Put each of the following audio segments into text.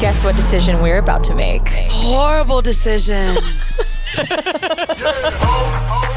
Guess what decision we're about to make? Horrible decision.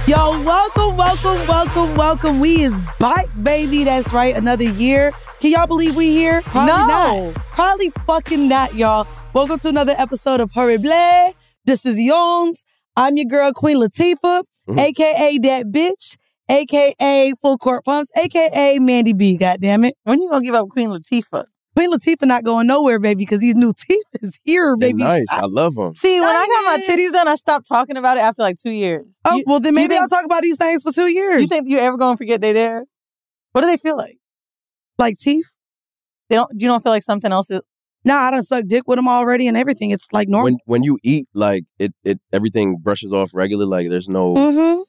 Yo, welcome, welcome, welcome, welcome. We is bike baby. That's right, another year. Can y'all believe we here? Probably No. not. Probably fucking not, y'all. Welcome to another episode of Horrible Decisions. I'm your girl Queen Latifah, aka that bitch, aka Full Court Pumps, aka Mandy B. God damn it. When you gonna give up Queen Latifah? Queen Latifah not going nowhere, baby, because these new teeth is here, baby. Nice. I love him. See, when I got Diamond. my titties done, I stopped talking about it after like two years. Oh, you, well, then you maybe think- I'll talk about these things for two years. you think you ever gonna forget they there? What do they feel like? like teeth? They don't. You don't feel like something else is. Nah, I done sucked dick with them already and everything. It's like normal. When when you eat, like it it everything brushes off regularly. Like there's no. Mm-hmm.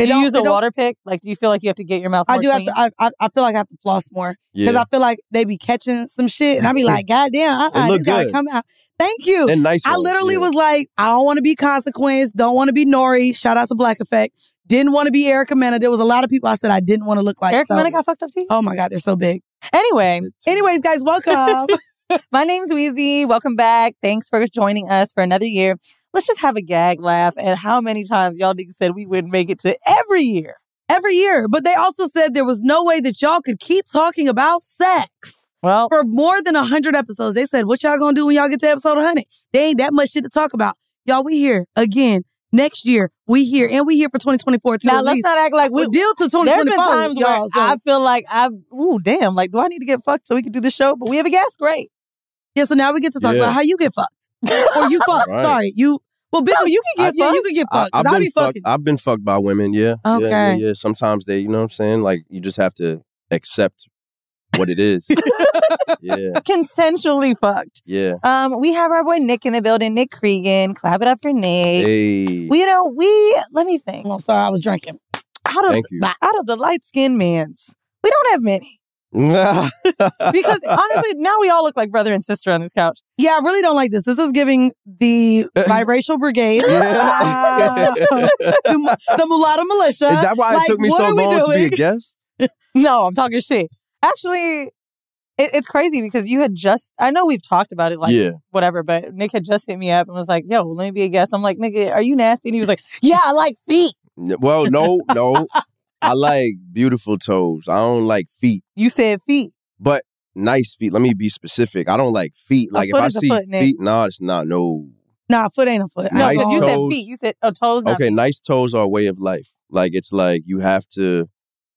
Do you use a water pick? Like, do you feel like you have to get your mouth? I more do have clean? to. I, I I feel like I have to floss more because Yeah. I feel like they be catching some shit, and I be like, God damn, uh-uh, look this gotta good. come out. Thank you. And nice. I ones, literally yeah. was like, I don't want to be consequence. Don't want to be Nori. Shout out to Black Effect. Didn't want to be Erica Mena. There was a lot of people I said I didn't want to look like. Eric so- Mena got fucked up teeth. oh my God, they're so big. Anyway, Anyways, guys, welcome. My name's Wheezy. Welcome back. Thanks for joining us for another year. Let's just have a gag laugh at how many times y'all niggas said we wouldn't make it to every year. Every year, but they also said there was no way that y'all could keep talking about sex. Well, for more than 100 episodes. They said, What y'all gonna do when y'all get to episode 100? They ain't that much shit to talk about. Y'all, we here again next year. We here and we here for 2024 too. now at let's least. not act like we. we deal to There's been 2024. times where y'all, so- I feel like I've, ooh, damn, like, do I need to get fucked so we can do this show? But we have a guest, great. yeah, so now we get to talk Yeah. about how you get fucked or you fucked. Right. Sorry, you. Well, bitch, No, you can get yeah, fucked. you can get I, fucked. have 'cause been I be fucked. fucking. I've been fucked by women. Yeah. Yeah, Yeah, Okay. yeah, Sometimes they, you know what I'm saying? Like you just have to accept what it is. yeah. Consensually fucked. Yeah. Um, we have our boy Nick in the building, Nick Cregan. Clap it up for Nick. Hey. We, you know, we, let me think. Oh, sorry, I was drinking. Out of, Thank you. out of the light skinned mans, we don't have many. because honestly, now we all look like brother and sister on this couch. Yeah, I really don't like this. This is giving the biracial brigade, Yeah. the, mu- the mulatto militia. Is that why Like, it took me what so are we long to be a doing? guest? No, I'm talking shit. Actually, it, it's crazy because you had just, I know we've talked about it like Yeah. whatever, but Nick had just hit me up and was like, yo, let me be a guest. I'm like, nigga, are you nasty? And he was like, yeah, I like feet. N- Well, no, no. I like beautiful toes. I don't like feet. You said feet. But nice feet. Let me be specific. I don't like feet. A Like if foot I is a see foot, Nick. feet, nah, it's not no. Nah, foot ain't a foot. No, Nice 'cause you said toes. feet. You said, oh, toes. Not Okay, nice toes are a way of life. Like it's like you have to.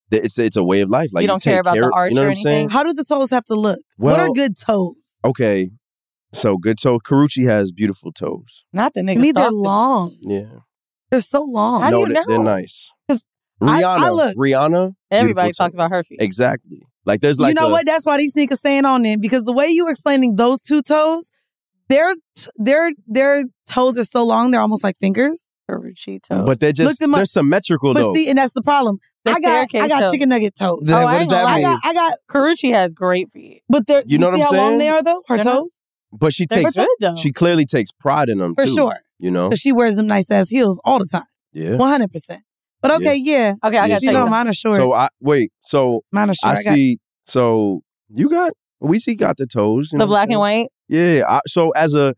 th- It's it's a way of life. Like you don't take care about the arch You know or what I'm anything. saying? How do the toes have to look? What are Well- good toes? Okay, so good toe. Karuchi has beautiful toes. Not the niggas. mean, they're stalking. long. Yeah. They're so long. How do no, you they- know? they're nice. 'Cause I- Rihanna, I look- Rihanna. Everybody beautiful talks toes. about her feet. Exactly. Like there's like you know a- what? That's why these sneakers stand on them because the way you explaining those two toes, their their their toes are so long they're almost like fingers. toes. But they're just them up. they're symmetrical but though. see, and that's the problem. They're I got I staircase got toes. chicken nugget toes. Oh, Then what does that I mean? got I got Karuchi has great feet. But they're You know what see I'm how long saying? they are though? Her They're not- toes? but she They're takes good, though. she clearly takes pride in them For too, sure. You know. Because she wears them nice ass heels all the time. Yeah. One hundred percent. But Yeah. okay, yeah. Okay, Yeah, you know mine are short. So I wait. So Mine are short. I I got- see. So you got we see got the toes. You The know what black and I'm white. saying? Yeah. I, so as a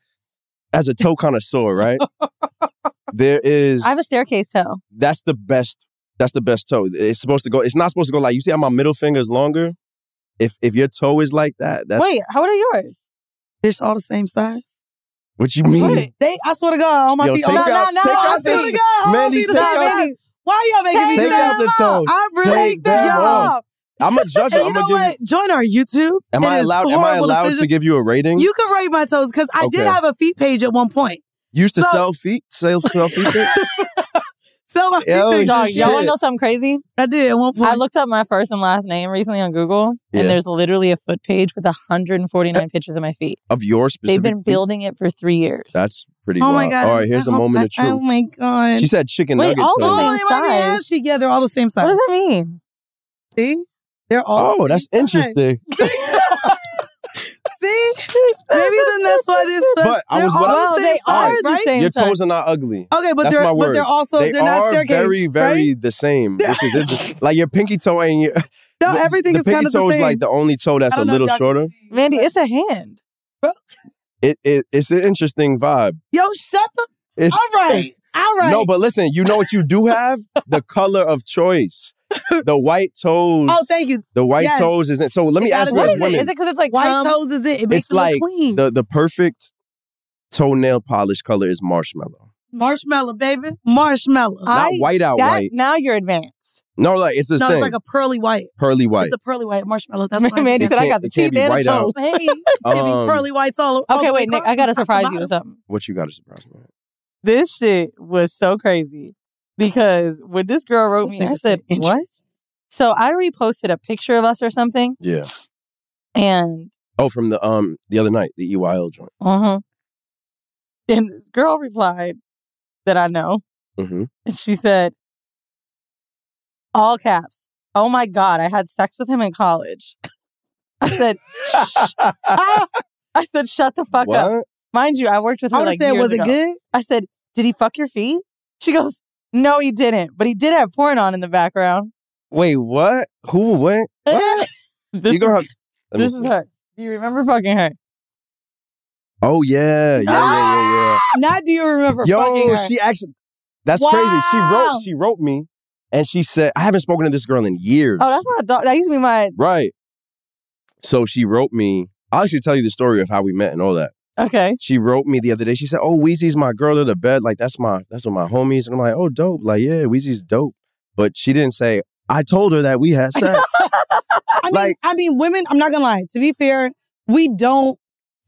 as a toe connoisseur, right? there is I have a staircase toe. that's the best. That's the best toe. It's supposed to go. It's not supposed to go like you see how my middle finger is longer. If if your toe is like that, that's Wait, how are yours? They're all the same size. what you mean. They, I swear to God, all my Yo, feet. take no, out- no, no! take I out swear this- to God, all Mandy, my feet are take not out- bad. Why are y'all making me Take do that? out the toes. I really Take them off. I'm gonna judge it. And I'm you know gonna give what? Join our YouTube. Am It I is allowed? Am I horrible allowed to decision. give you a rating? You can rate my toes because I did Okay. have a feet page at one point. used to so- sell feet, sell sell feet. So my Yo, feet page. Dog, Oh, shit. y'all want to know something crazy? I did at one point. I looked up my first and last name recently on Google, Yeah. and there's literally a foot page with 149 pictures of my feet. of your They've specific. been feet? building it for three years. That's pretty Oh wild. my god! All right, here's a I- moment of I- Oh truth. my god! She said chicken Wait, nugget all the toes. same oh, they might be size. ashy. Yeah, they're all the same size. What does that mean? See, they're all. Oh, that's interesting. See, maybe then that's why this. But I was they're what all Well, the they same size, are the right? same Your size. toes are not ugly. Okay, but That's they're my word. but they're also They they are not are staircase. very, very right? the same. Which is interesting. like your pinky toe ain't. Your, No, everything the is pinky kind of toe the is same. like the only toe that's I a don't know if little y'all can shorter. see. Mandy, it's a hand. It, it it's an interesting vibe. Yo, shut the. It's, All right, all right. No, but listen, you know what you do have? the color of choice. The white toes. oh, thank you. the white yes. toes isn't. So let me It ask gotta you as be- What is it? women. Is it because it's like White cum? toes is it? It makes it's like it look clean. the, the perfect toenail polish color is marshmallow. marshmallow, baby, marshmallow. Not I- white out that- white. Now you're advanced. No, like it's this no, thing. it's like a pearly white. pearly white. It's a pearly white marshmallow. That's what Mandy Mandy It said, "I can't- got the it can't teeth be and the white out. toes." Hey, giving Um, pearly whites all all Okay, the way wait, Nick, across I gotta the top to surprise you with bottom. something. what you got to surprise me. This shit was so crazy because when this girl wrote This me, I nigga's said, an "What?" So I reposted a picture of us or something, Yeah. and Oh, from the um the other night, the EYL joint. uh-huh. and this girl replied that I know, Mm-hmm. and she said, "All caps. Oh my god, I had sex with him in college." I said, "Shh." Ah! I said, "Shut the fuck up." What? Mind you, I worked with her. I would have like, said, years was it ago. good? I said, Did he fuck your feet? She goes, No, he didn't. But he did have porn on in the background. Wait, what? Who? What? what? This, you gonna have? Let me this is see. her. Do you remember fucking her? Oh yeah, yeah, yeah, Now do you remember? yeah, yeah. fucking Yo, her? she actually. That's crazy. She Wow. wrote. She wrote me, and she said, "I haven't spoken to this girl in years." Oh, that's my dog. That used to be my. right. So she wrote me. I'll actually tell you the story of how we met and all that. Okay. She wrote me the other day. She said, "Oh, Weezy's my girl of the bed. Like that's my that's what my homies." And I'm like, "Oh, dope. Like yeah, Weezy's dope." But she didn't say. I told her that we had sex. I mean, Like- I mean, women. I'm not gonna lie. To be fair, we don't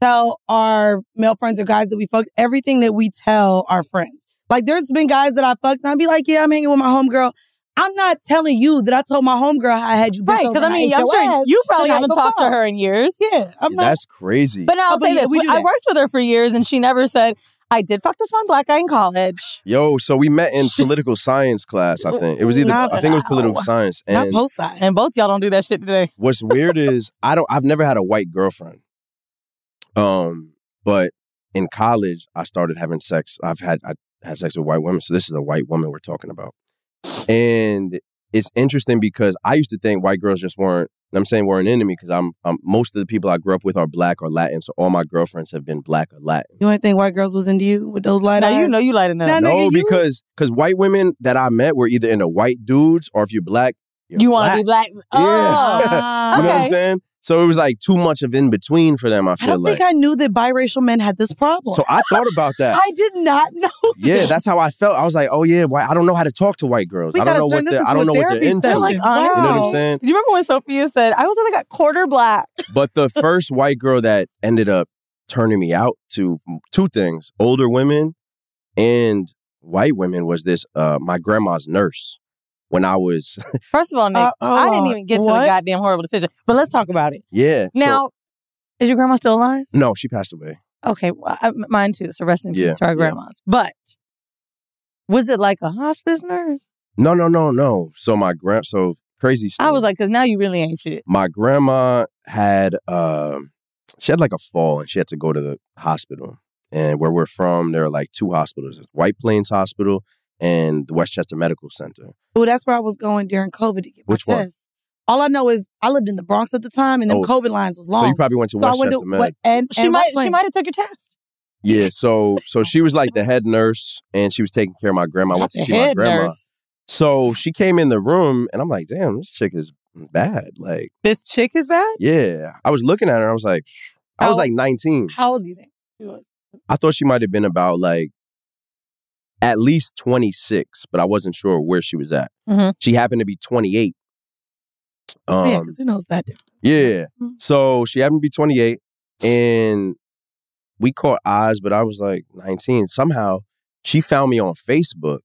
tell our male friends or guys that we fucked everything that we tell our friends. Like, there's been guys that I fucked, and I'd be like, "Yeah, I'm hanging with my homegirl." I'm not telling you that I told my homegirl how I had you. Right. Because I mean, I'm sure you the probably night haven't talked to before. her in years. Yeah, I'm not. that's crazy. But now I'll Oh, but say yeah, this we do I that. worked with her for years and she never said, I did fuck this one black guy in college. Yo, so we met in political science class, I think. It was either Nah, I think it was political wow. science. Not And post side. And both y'all don't do that shit today. what's weird is I don't I've never had a white girlfriend. Um, but in college I started having sex. I've had I had sex with white women. So this is a white woman we're talking about. And it's interesting because I used to think white girls just weren't. And I'm saying weren't into me because I'm, I'm most of the people I grew up with are black or Latin, so all my girlfriends have been black or Latin. You want to think white girls was into you with those light Now eyes? you know you lighting up. no, because because white women that I met were either into white dudes or if you're black, you're you want to be black. Oh, you know what I'm okay. saying? So it was like too much of in between for them. I I feel don't like. think I knew that biracial men had this problem. so I thought about that. I did not know. yeah, that's how I felt. I was like, oh yeah, why? I don't know how to talk to white girls. We I don't gotta know turn what this they're, I into don't a know what they're therapy into. session. Like, You know what I'm wow. saying? You remember when Sophia said, I was only got quarter black? But the first white girl that ended up turning me out to mm, two things: older women and white women was this uh, my grandma's nurse when I was First of all, Nick, Uh, I hold didn't on. even get to What? the goddamn horrible decision. But let's talk about it. yeah. oh, so- Now, is your grandma still alive? no, she passed away. Okay, well, I, mine too. So rest in Yeah, peace to our yeah. grandmas. But was it like a hospice nurse? No, no, no, no. So my grand, so crazy. Story. I was like, because now you really ain't shit. my grandma had um she had like a fall and she had to go to the hospital and where we're from there are like two hospitals There's white plains hospital and the westchester medical center Oh, that's where I was going during COVID to get my Which one? test. All I know is I lived in the Bronx at the time, and them Oh. COVID lines was long. so you probably went to So I westchester went to medical what, and, She and might, Rockland. she might have took your test. yeah so so she was like the head nurse and she was taking care of my grandma i went to The see my head grandma nurse. so she came in the room and i'm like damn this chick is bad like This chick is bad. yeah i was looking at her and i was like i was How- like 19 How old do you think she was? I thought she might have been about like at least 26, but I wasn't sure where she was at. Mhm. She happened to be 28. Mm-hmm. Oh, Oh, yeah, Um, because who knows that? difference? yeah. Mhm. So she happened to be 28, and we caught eyes, but I was like 19. Somehow she found me on Facebook.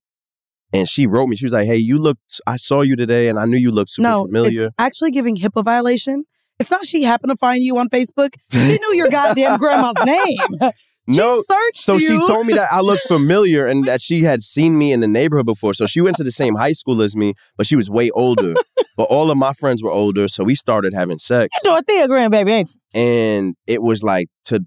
And she wrote me. She was like, "Hey, you looked. I saw you today, and I knew you looked super no, familiar." it's actually giving HIPAA violation. It's not she happened to find you on Facebook. She knew your goddamn grandma's name. no, Searched So you. she told me that I looked familiar and that she had seen me in the neighborhood before. So she went to the same high school as me, but she was way older. but all of my friends were older, so we started having sex. You're Dorothea grandbaby, ain't you? And it was like to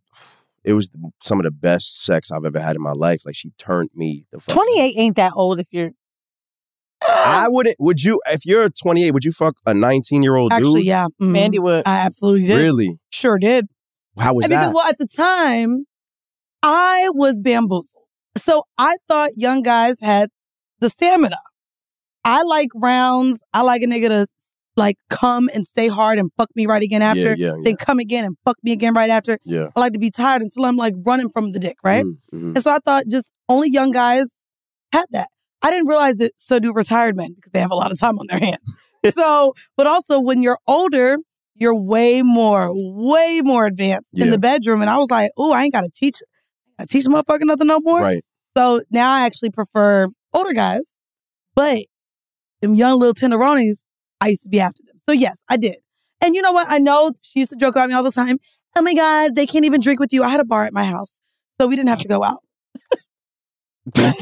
it was some of the best sex I've ever had in my life. Like she turned me the fuck. 28 ain't that old if you're. I wouldn't would you if you're 28, would you fuck a 19-year-old Actually, dude? yeah, mhm. Mandy would. I absolutely did. Really? Sure did. How was And because that? well, at the time, I was bamboozled. So I thought young guys had the stamina. I like rounds. I like a nigga to like come and stay hard and fuck me right again after. yeah, yeah, yeah. Then come again and fuck me again right after. Yeah. I like to be tired until I'm like running from the dick, right? Mm, mhm. And so I thought just only young guys had that. I didn't realize that so do retired men because they have a lot of time on their hands. so, but also when you're older, you're way more, way more advanced in Yeah. the bedroom. And I was like, oh, I ain't got to teach, I teach motherfucker nothing no more. Right. So now I actually prefer older guys, but them young little tenderonis, I used to be after them. So yes, I did. And you know what? I know she used to joke about me all the time. Oh my God, they can't even drink with you. I had a bar at my house, so we didn't have to go out. just,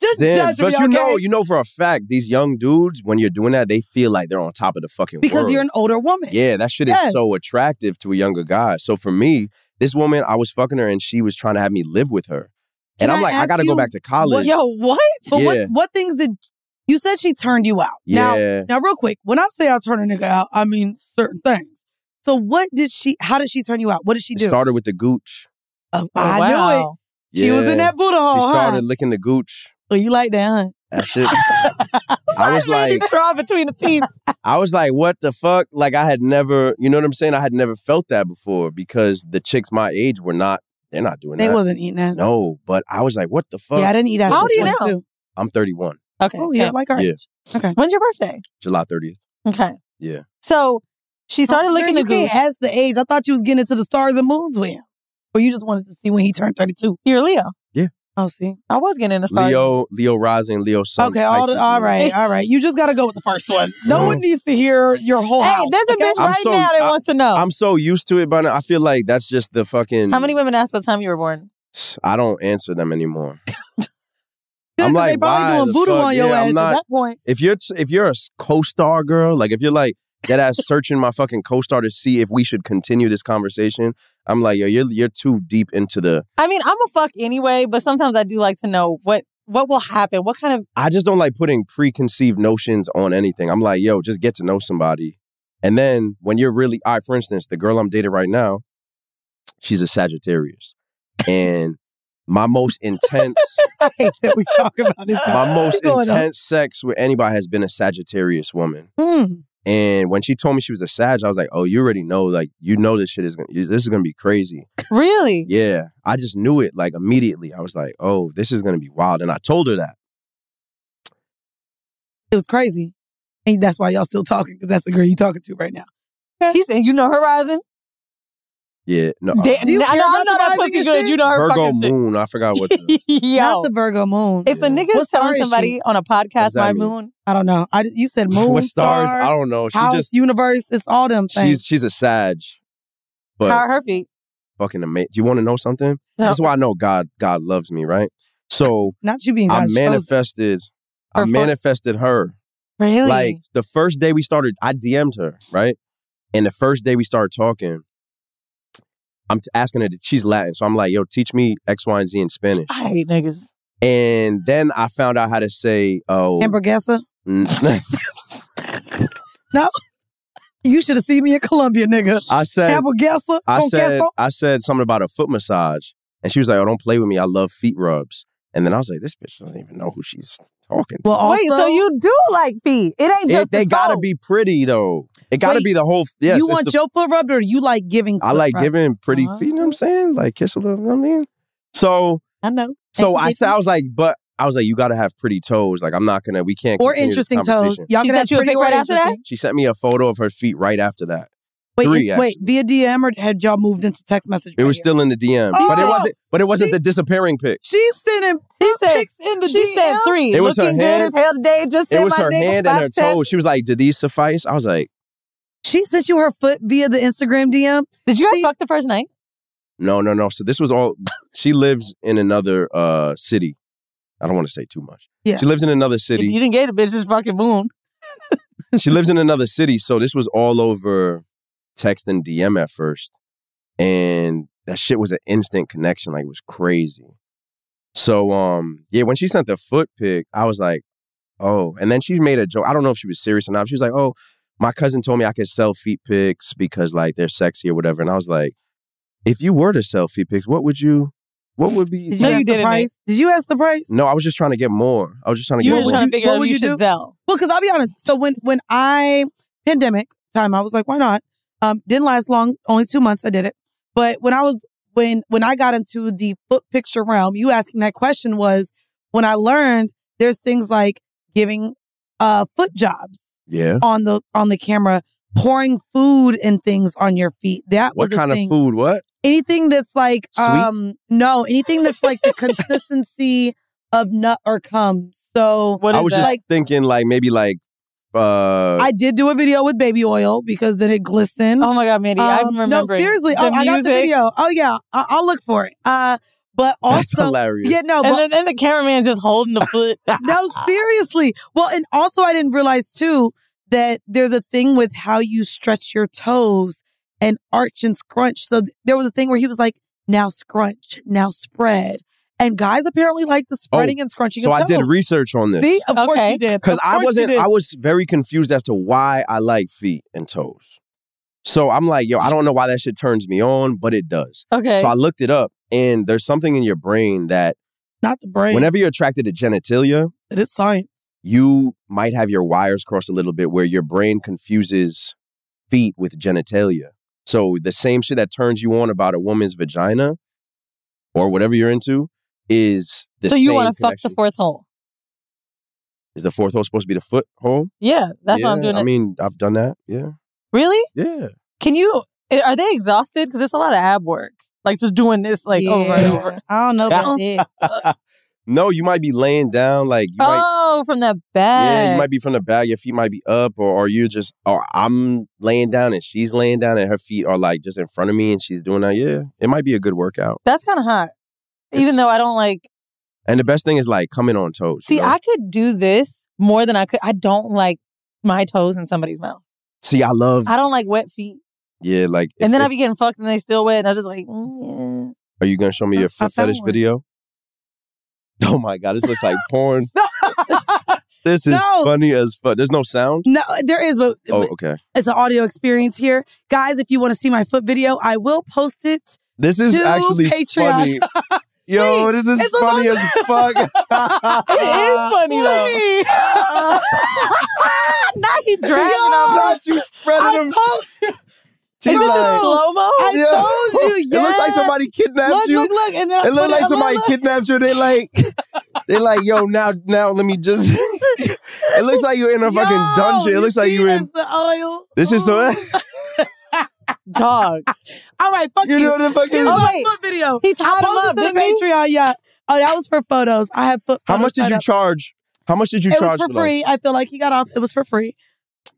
just Damn, judge me, but you okay? know, you know for a fact, these young dudes, when you're doing that, they feel like they're on top of the fucking because world. you're an older woman. Yeah, that shit Yes. is so attractive to a younger guy. So for me, this woman, I was fucking her and she was trying to have me live with her. and Can I'm I like, I ask gotta you go back to college. Yo, what? But Yeah. what, what things did you said she turned you out? Now, yeah. now, real quick, when I say I turn a nigga out, I mean certain things. So what did she? How did she turn you out? What did she It do? started with the gooch. Oh, Oh, I knew it. wow. Yeah. She was in that Buddha She hole. started Huh? licking the gooch. Oh, you like that, huh? That shit. I was like, straw between the teeth. I was like, what the fuck? Like I had never, you know what I'm saying? I had never felt that before because the chicks my age were not, they're not doing They that. wasn't eating that. No, but I was like, what the fuck? Yeah, I didn't eat that. How old do are you now? I'm 31, Okay. Oh yeah, so- like our Yeah. When's your birthday? July 30th. Okay. Yeah. So she started licking Girl, the you gooch. can't ask the age. I thought you was getting into the stars and moons with him, or you just wanted to see when he turned thirty two. You're a Leo. Oh, see. I was getting in the star. Leo, Leo rising, Leo sun. okay, all, Pisces, the, all Leo. right, all right. You just gotta go with the first one. No one needs to hear your whole Hey, house. there's a okay? bitch I'm right so- now that I- wants to know. I'm so used to it, but I feel like that's just the fucking. How many women asked what time you were born? I don't answer them anymore. Good, I'm 'cause like, they probably why doing the voodoo fuck? on your Yeah, I'm ass not- at that point. If you're if you're a s- co-star girl, like if you're like that ass searching my fucking co-star to see if we should continue this conversation, I'm like, yo, you're you're too deep into the. I mean, I'm a fuck anyway, but sometimes I do like to know what what will happen? What kind of I just don't like putting preconceived notions on anything. I'm like, yo, just get to know somebody. And then when you're really, I, for instance, the girl I'm dating right now, she's a Sagittarius. And my most intense, I hate that we talk about this. my most What's going on? intense sex with anybody has been a Sagittarius woman. Mm. And when she told me she was a Sag, I was like, oh, you already know, like, you know, this shit is gonna, you- this is gonna be crazy. Really? Yeah, I just knew it like immediately. I was like, oh, this is gonna be wild. And I told her that. It was crazy. And that's why y'all still talking, because that's the girl you talking to right now. He said, "You know Horizon." Yeah, no. Da- uh, Do you I care know about I'm not the that rising pussy and good. shit? You know her Virgo fucking shit. Moon. I forgot what. The, Yo, Not the Virgo moon. if a nigga is What star telling is she? somebody on a What's podcast, that my mean? moon, I don't know. I you said moon, what stars? star, I don't know. She house, just universe. It's all them things. she's she's a Sag, but how are her feet? fucking amazing. Do you want to know something? That's why I know God God loves me, right? So Not you being I God's chosen. manifested. I Her fo- manifested her. Really? Like the first day we started, I DM'd her, right? And the first day we started talking, I'm t- asking her. To, she's Latin, so I'm like, "Yo, teach me X, Y, and Z in Spanish." I hate niggas. And then I found out how to say, "Oh, Hamburguesa? n- No. You should have seen me in Colombia, nigga. I said- Hamburguesa? I said Conquesto? I said something about a foot massage, and she was like, "Oh, don't play with me. I love feet rubs." And then I was like, "This bitch doesn't even know who she's talking." to. Well, also, Wait, so you do like feet? It ain't just It- they the gotta toe. be pretty though. It gotta Wait, be the whole. Yes, you it's want the- your foot rubbed or you like giving? I foot like rub? giving pretty feet. You know what I'm saying? Like kiss a little. You know what I mean, so I know. so Thank you, I said I was like, but I was like, you gotta have pretty toes. Like I'm not gonna. We can't. Or continue this interesting toes. conversation. Y'all She can have sent you a pretty pic or right after that? interesting. She sent me a photo of her feet right after that. Wait, Three, it- wait, via DM or had y'all moved into text message? It right was here? still in the DM, Oh! but it wasn't. But it wasn't See- the disappearing pic. She's sending He said, pics in the she DM. said three. It was her Looking good hand- as hell today. Just It said was my her nigga hand and her fucked that toes. She was like, "Did these suffice?" I was like, She sent you her foot via the Instagram DM. Did you guys See- fuck the first night? "No, no, no." So this was all. She lives in another uh city. I don't want to say too much. Yeah. She lives in another If You city. didn't get the bitch's fucking moon. she lives in another city. So this was all over text and DM at first, and that shit was an instant connection. Like it was crazy. So um yeah, when she sent the foot pic, I was like, oh. And then she made a joke. I don't know if she was serious or not. She was like, oh, my cousin told me I could sell feet pics because like they're sexy or whatever. And I was like, if you were to sell feet pics, what would you? What would be? Did you No, ask you the didn't, price? Did you ask the price? No, I was just trying to get more. I was just trying to You get were would more. trying you- to figure what out would if you you do? should sell. Well, because I'll be honest. So when when I pandemic time, I was like, why not? Um, didn't last long. Only two months. I did it. But when I was when when I got into the foot picture realm, you asking that question was when I learned there's things like giving uh foot jobs Yeah. on the on the camera, pouring food and things on your feet. That What was kind a of thing. food? What? Anything that's like Sweet? um no, anything that's like the consistency of nut or cum. So What I is was that? just Like- thinking like maybe like uh I did do a video with baby oil because then it glistened. oh my god, Mandy, Um, I'm no, remembering. seriously. the Oh, I got the music. video. Oh yeah, I- I'll look for it. Uh, but that's also, hilarious. yeah, no, And but then and the cameraman just holding the foot. no, seriously. Well, and also I didn't realize too that there's a thing with how you stretch your toes and arch and scrunch. So th- there was a thing where he was like, "Now scrunch, now spread," and guys apparently like the spreading and scrunching. Oh, So of I did toes. research on this. See, of course Okay. you did. Because Of I course you wasn't, did. I was very confused as to why I like feet and toes. So I'm like, yo, I don't know why that shit turns me on, but it does. Okay. So I looked it up, and there's something in your brain that not the brain. whenever you're attracted to genitalia, it is science. you might have your wires crossed a little bit where your brain confuses feet with genitalia. So the same shit that turns you on about a woman's vagina or whatever you're into is the so you same want to fuck the connection. fourth hole? Is the fourth hole supposed to be the foot hole? Yeah, that's what I'm Yeah, doing. I it. mean, I've done that. Yeah. really? Yeah. Can you? eh, Are they exhausted? Because it's a lot of ab work. Like just doing this, like over and over. I don't know Yeah. about that. No, you might be laying down, like you might oh, from the Yeah, back. you might be from the back, your feet might be up, or, or you're just or I'm laying down and she's laying down and her feet are like just in front of me and she's doing that. Yeah. It might be a good workout. That's kind of hot. Even It's- though I don't like. And the best thing is like coming on toes. you See, know? I could do this more than I could. I don't like my toes in somebody's mouth. See, I love I don't like wet feet. yeah, like And if- then e I if- be getting fucked and they still wet, and I just like. mm, yeah. are you gonna show me I- your I foot found fetish one. video? Oh my god, this looks like porn. this is No. funny as fuck. There's no sound. No, there is, but Oh, okay. it's an audio experience here. Guys, if you want to see my foot video, I will post it. This is to actually Patreon. funny. Yo, this is funny as fuck. it is funny though. now he dragging Yo, on me. thought you spreading I him. Told, She's No. like- Slow-mo? I Yeah. told you. Yeah. It looks like somebody kidnapped Look, you. look, look, and then I it put looked like look, somebody look. kidnapped you. They like, they like, yo, now, now, let me just. it looks like you're in a fucking dungeon. It looks like you're in. the oil. This is so. Dog. All right, fuck you. You know the fucking. This is Oh, my wait. foot video. He tied I him posted up, to the didn't he? Patreon. Yeah. Oh, that was for photos. I have foot. How photos much did tied you up. charge? How much did you It was charge? for those? free. I feel like he got off. It was for free,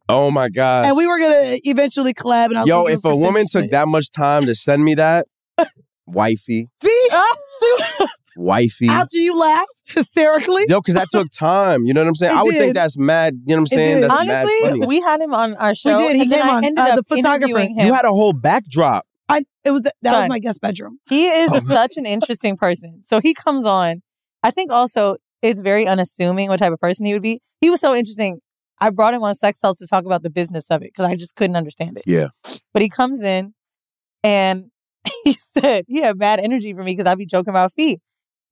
Oh my god. and we were gonna eventually collab. And I was Yo, gonna do if a woman percentage, took that much time to send me that, wifey, but- see, Ah, see? wifey. after you laugh hysterically, Yo, because that took time. You know what I'm saying? It I would think did. that's mad. You know what I'm It saying? did. That's mad funny. Honestly, we had him on our show. did. He and then came I on, ended uh, up the photographer. interviewing Him. you had a whole backdrop. I it was th- that was Son. my guest bedroom. He is such an interesting person. So he comes on. I think also it's very unassuming what type of person he would be. He was so interesting. I brought him on Sex Cells to talk about the business of it because I just couldn't understand it. Yeah. But he comes in and he said he had bad energy for me because I'd be joking about feet.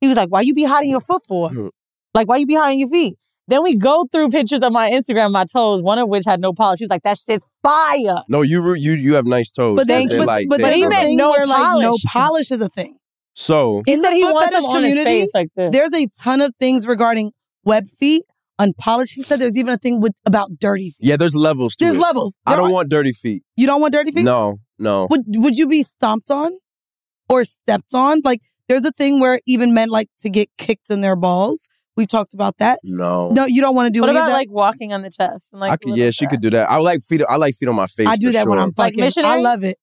He was like, Why you be hiding your foot for? Like, why you be hiding your feet? Then we go through pictures of my Instagram, my toes, one of which had no polish. He was like, That shit's fire. No, you re- you you have nice toes. But they, They're but, like, but they're there's he a rubber. meant thing no where like no polish. polish is a thing. so He In said the he foot wants fetish them on his community, face like this. There's a ton of things regarding web feet, unpolished. He said there's even a thing with about dirty feet. yeah, there's levels to There's it. levels. I There don't are- want dirty feet. You don't want dirty feet. No, no. Would Would you be stomped on or stepped on? Like there's a thing where even men like to get kicked in their balls. We've talked about that. No. No, you don't want to do what any of about that. like walking on the chest? And, like, I could little yeah, she crap? could do that. I like feet I like feet on my face. I do for that when sure. I'm Like fucking. I missionary? love it.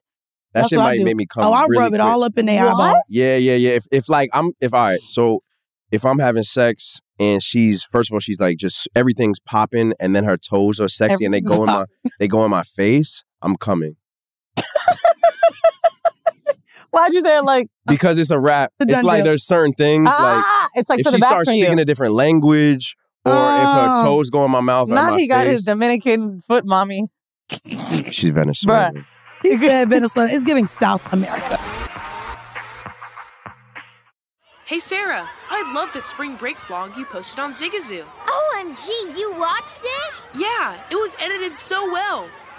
That That's shit what I might do. make me come. oh, I really rub it quick. all up in their What? eyeballs. Yeah, yeah, yeah. If if like I'm if all right, so if I'm having sex and she's first of all she's like just everything's popping and then her toes are sexy and they go in my they go in my face, I'm coming Oh. Why'd you say it like because it's a rap. The It's done like deal. there's certain things like ah? It's like if for the she back starts for speaking you. a different language or if Oh. her toes go in my mouth, or Now my he got his face, Dominican foot, mommy. she's Venezuelan. He said Venezuela is giving South America. Hey, Sarah, I love that spring break vlog you posted on Zigazoo. OMG, you watched it? Yeah, it was edited so well.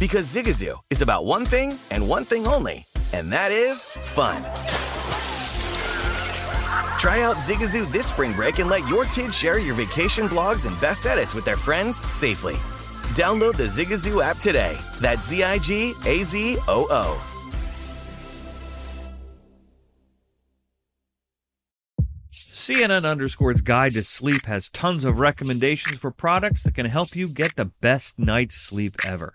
Because Zigazoo is about one thing and one thing only, and that is fun. Try out Zigazoo this spring break and let your kids share your vacation blogs and best edits with their friends safely. Download the Zigazoo app today. That's Z I G A Z O O. CNN Underscore's Guide to Sleep has tons of recommendations for products that can help you get the best night's sleep ever.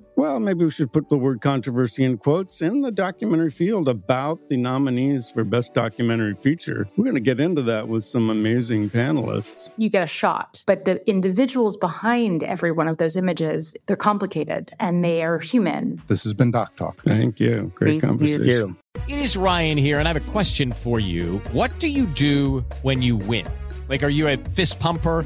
Well, maybe we should put the word controversy in quotes in the documentary field about the nominees for Best Documentary Feature. We're going to get into that with some amazing panelists. you get a shot. But the individuals behind every one of those images, they're complicated and they are human. This has been Doc Talk. Thank you. Great conversation. It is Ryan here, and I have a question for you. What do you do when you win? Like, are you a fist pumper,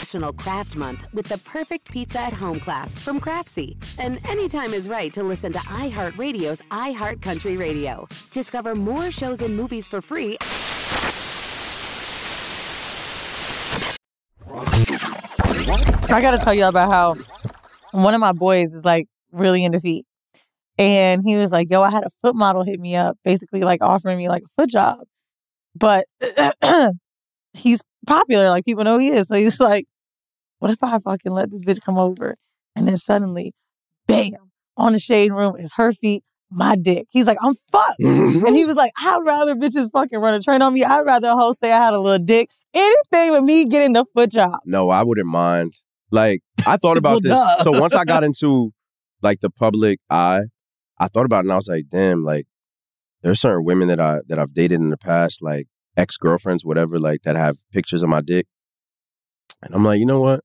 National Craft Month with the perfect pizza at home class from Craftsy. And anytime is right to listen to iHeartRadio's iHeartCountry Radio. Discover more shows and movies for free. I gotta tell y'all about how one of my boys is like really into feet. And he was like, yo, I had a foot model hit me up, basically like offering me like a foot job. But he's popular, like people know he is. So he was like, what if I fucking let this bitch come over? And then suddenly, bam, on the shade room is her feet, my dick. He's like, I'm fucked. and he was like, I'd rather bitches fucking run a train on me. I'd rather a hoe say I had a little dick. Anything but me getting the foot job. No, I wouldn't mind. Like I thought Well, about this. duh. So once I got into like the public eye, I thought about it and I was like, damn, like there are certain women that I that I've dated in the past, like ex girlfriends, whatever, like that have pictures of my dick. And I'm like, you know what?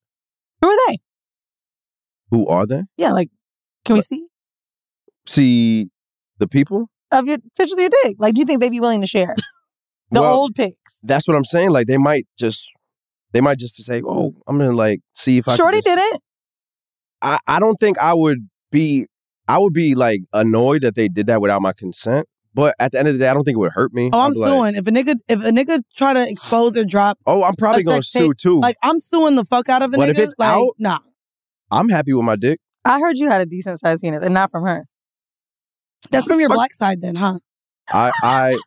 Who are they? Who are they? Yeah, like, can we see See the people? of your pictures of your dick? Like, do you think they'd be willing to share the Well- old pic? That's what I'm saying. Like they might just they might just say, Oh, I'm gonna like see if I can Shorty just- did it. I, I don't think I would be I would be like annoyed that they did that without my consent. But at the end of the day, I don't think it would hurt me. Oh, I'd I'm be like, suing. If a nigga, if a nigga try to expose or drop, oh, I'm probably gonna sue, too. Like I'm suing the fuck out of a But nigga. if it's like, out- nah. I'm happy with my dick. I heard you had a decent sized penis, and not from her. That's from your black side, then, huh? I I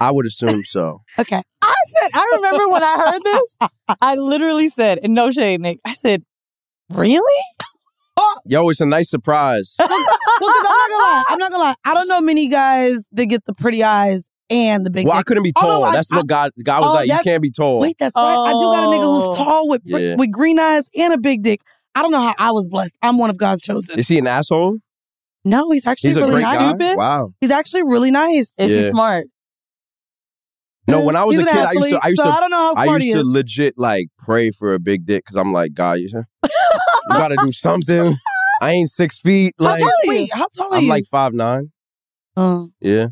I would assume so. Okay. I said, I remember when I heard this, I literally said, and no shade, Nick, I said, really? Oh. Yo, it's a nice surprise. Well, 'cause I'm not gonna lie. I'm not gonna lie. I don't know many guys that get the pretty eyes and the big. Well, I dick. couldn't be Although tall. Oh, I- That's what God God was Oh, like. You that- can't be tall. Wait, that's right. I do got a nigga who's tall with br- Oh, Yeah. with green eyes and a big dick. I don't know how I was blessed. I'm one of God's chosen. Is he an asshole? No, he's actually He's a really great nice. guy. Wow. He's actually really nice. Is he Yeah. smart? No, when I was He's a an kid, I used to I athlete, used so to I don't know how I smart used he to is. legit like pray for a big dick because I'm like, God, you, you gotta do something. I ain't six feet. How Like, tall are you? Wait, how tall are I'm you? like five nine. Oh. Yeah.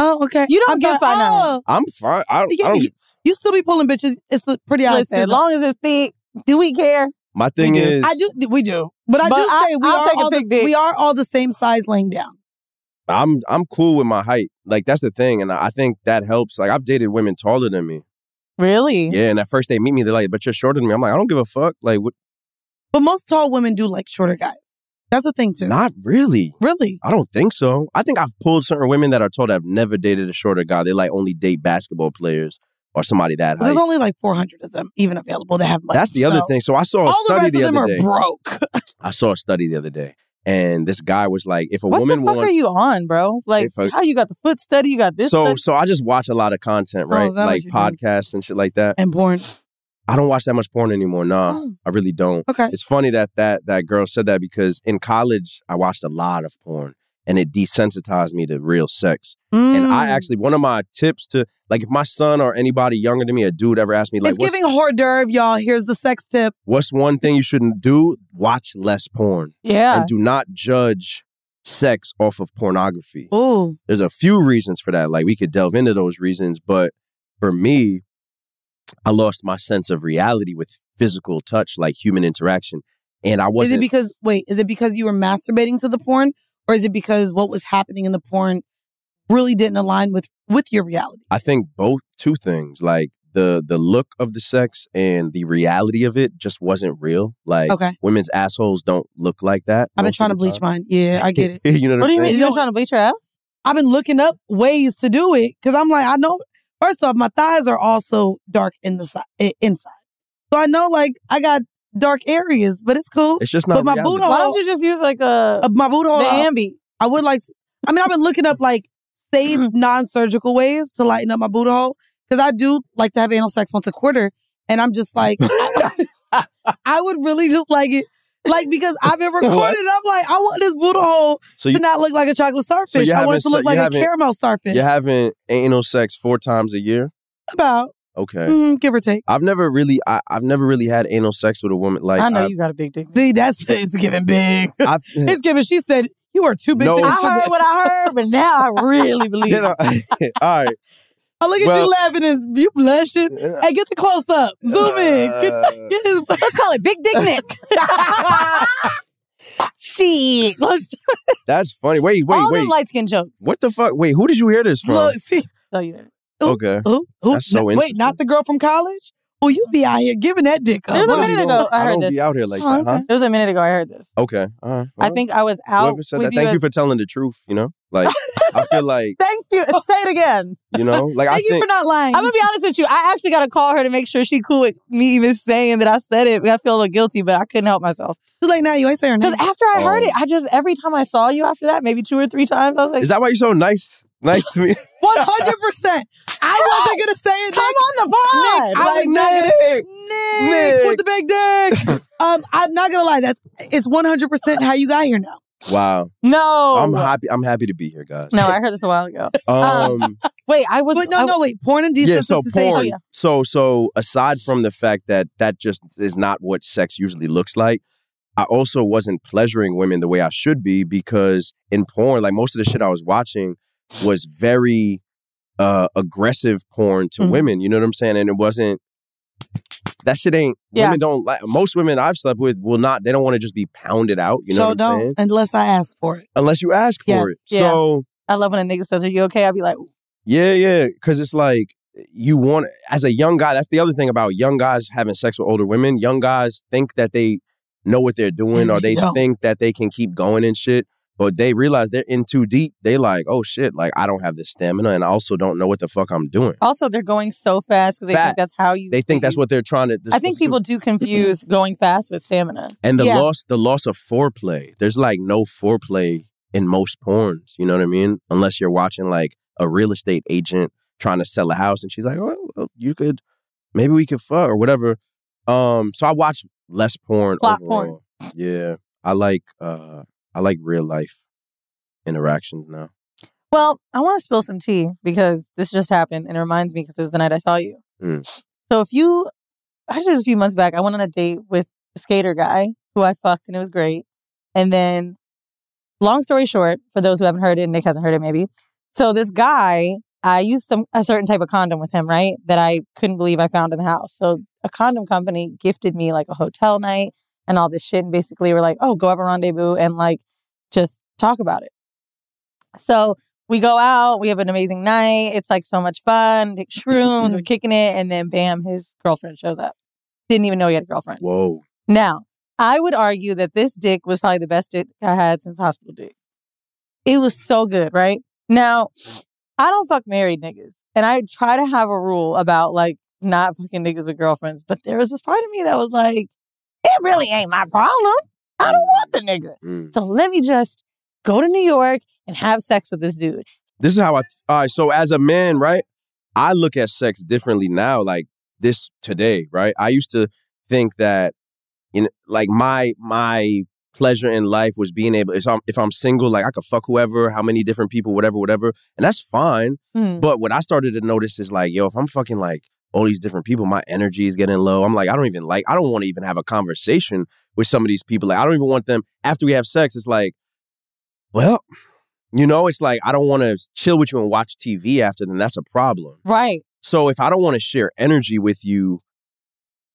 Oh, okay. You don't give five nine. oh. I'm fine. I don't, You, I don't you still be pulling bitches. It's the pretty eyes. Listen, too, as though. long as it's thick, do we care? my thing We do. is I do. We do. But I But do I- say we I'll are take a all the, big dick. we are all the same size laying down. I'm I'm cool with my height. Like that's the thing, and I I think that helps. Like I've dated women taller than me. Really? Yeah, and at first they meet me, they're like, "But you're shorter than me." I'm like, "I don't give a fuck." Like, what? But most tall women do like shorter guys. That's the thing too. Not really. Really? I don't think so. I think I've pulled certain women that are told I've never dated a shorter guy. They like only date basketball players or somebody that There's height. only like 400 of them even available that have money. That's the other so- thing. So I saw a All the study rest the, of them other are day. broke. I saw a study the other day, and this guy was like, "If a What woman the fuck wants, are you on, bro? Like, If a- how you got the foot study? You got this. so study? so I just watch a lot of content, Oh, right? is that what like you do? podcasts and shit like that. And porn. I don't watch that much porn anymore. Nah, Oh. I really don't. Okay. It's funny that that that girl said that because in college I watched a lot of porn and it desensitized me to real sex. And I Mm. actually one of my tips to like if my son or anybody younger than me, a dude ever asked me like it's what's, giving hors d'oeuvre, y'all. Here's the sex tip. what's one thing you shouldn't do? Watch less porn. Yeah. And do not judge sex off of pornography. Ooh. There's a few reasons for that. Like we could delve into those reasons, but for me, I lost my sense of reality with physical touch, like human interaction. And I Is wasn't it because wait, is it because you were masturbating to the porn? Or is it because what was happening in the porn really didn't align with with your reality? I think both two things, like the the look of the sex and the reality of it just wasn't real. Like Okay. women's assholes don't look like that. I've been most of trying to the bleach time. mine. Yeah, I get it. you know what, I'm saying? trying to bleach your ass? I've been looking up ways to do it because I'm like, I know. First off, my thighs are also dark in the si- i- inside, so I know like I got dark areas, but it's cool. It's just not But my reality. boot hole. Uh, Why don't you just use like a my boot hole? the out. Ambi? I would like. To, I mean, I've been looking up like safe non-surgical ways to lighten up my booty hole because I do like to have anal sex once a quarter, and I'm just like, I would really just like it, like because I've been recording. What? and I'm like, I want this booty hole So you- to not look like a chocolate So starfish. you I want having it to se- look you like a having- caramel starfish. You're having anal sex four times a year. About Okay. mm, give or take. I've never really, I, I've never really had anal sex with a woman. Like I know I've- you got a big dick. See, that's it's giving big. I've- it's giving. She said you were too big. No. to I heard what I heard, but now I really believe. You know, all right. Oh, look at Well- you laughing and you blushing. Hey, get the close up. Zoom in. Uh, Get, get his, let's call it Big Dick Nick. Shit. Let's, That's funny. Wait, wait, All wait. them light skin jokes. what the fuck? Wait, who did you hear this from? look, see, Tell Oh, you that. okay. Who? who- That's so wait, interesting. not the girl from college? Oh, you be out here giving that dick up. There's a What minute you ago doing? I heard this. be out here like Oh, that, huh? okay. There was a minute ago I heard this. Okay. All right. I think I was out Whoever said with that, thank you. you for telling the truth. You know, like I feel like Thank you. Say it again. you know, like I think lying. I'm gonna be honest with you. I actually got to call her to make sure she cool with me even saying that I said it. I feel a little guilty, but I couldn't help myself. Too late now. You ain't saying her name. Because after I heard Oh. it, I just every time I saw you after that, maybe two or three times, I was like, is that why you're so nice, nice to me? One hundred percent. I wasn't gonna say it. Come on the pod. Nick, I Like, was not gonna. Nick, Nick, with the big dick. um, I'm not gonna lie. That's it's one hundred percent how you got here now. Wow. No. I'm happy. I'm happy to be here, guys. No, I heard this a while ago. Um. Wait, I was. But no, I- no, wait. Porn and desensitization. yeah. So Oh, porn. yeah. So so aside from the fact that that just is not what sex usually looks like. I also wasn't pleasuring women the way I should be because in porn, like most of the shit I was watching was very uh aggressive porn to Mm-hmm. Mhm. women. You know what I'm saying? And it wasn't that shit ain't Yeah. women don't like most women I've slept with will not they don't want to just be pounded out. You know so what I'm don't saying? unless I ask for it. Unless you ask Yes, for it. yeah. So I love when a nigga says, "Are you okay?" I'll be like, yeah, yeah. Cause it's like you want as a young guy, that's the other thing about young guys having sex with older women. Young guys think that they know what they're doing And or they they don't. think that they can keep going and shit. But they realize they're in too deep. They like, oh shit, like I don't have the stamina and I also don't know what the fuck I'm doing. Also, they're going so fast because they Fat. think that's how you. They think that's what they're trying to I think people do confuse going fast with stamina. and the Yeah. loss the loss of foreplay. There's like no foreplay in most porns, you know what I mean? Unless you're watching like a real estate agent trying to sell a house and she's like, "Oh, well, you could maybe we could fuck or whatever." Um so I watch less porn Plot overall. Yeah. I like uh I like real life interactions now. Well, I want to spill some tea because this just happened and it reminds me because it was the night I saw you. Mm. So if you, actually, it was a few months back, I went on a date with a skater guy who I fucked and it was great. And then, long story short, for those who haven't heard it, Nick hasn't heard it maybe. So this guy, I used some a certain type of condom with him, right? That I couldn't believe I found in the house. So a condom company gifted me like a hotel night and all this shit, and basically were like, "Oh, go have a rendezvous and like just talk about it." So we go out, we have an amazing night. It's like so much fun. Like, Shrooms, we're kicking it, and then bam, his girlfriend shows up. Didn't even know he had a girlfriend. Whoa. Now, I would argue that this dick was probably the best dick I had since hospital dick. It was so good, right? Now, I don't fuck married niggas. And I try to have a rule about like not fucking niggas with girlfriends, but there was this part of me that was like, it really ain't my problem. I don't want the nigga. Mm. So let me just go to New York and have sex with this dude. This is how I. All right. So as a man, right, I look at sex differently now. Like this today, right? I used to think that, you know, like my my pleasure in life was being able. If I'm if I'm single, like I could fuck whoever, how many different people, whatever, whatever, and that's fine. Mm. But what I started to notice is like, yo, if I'm fucking like all these different people, my energy is getting low. I'm like, I don't even like, I don't want to even have a conversation with some of these people. Like, I don't even want them after we have sex. It's like, well, you know, it's like, I don't want to chill with you and watch TV after, then that's a problem. Right. So if I don't want to share energy with you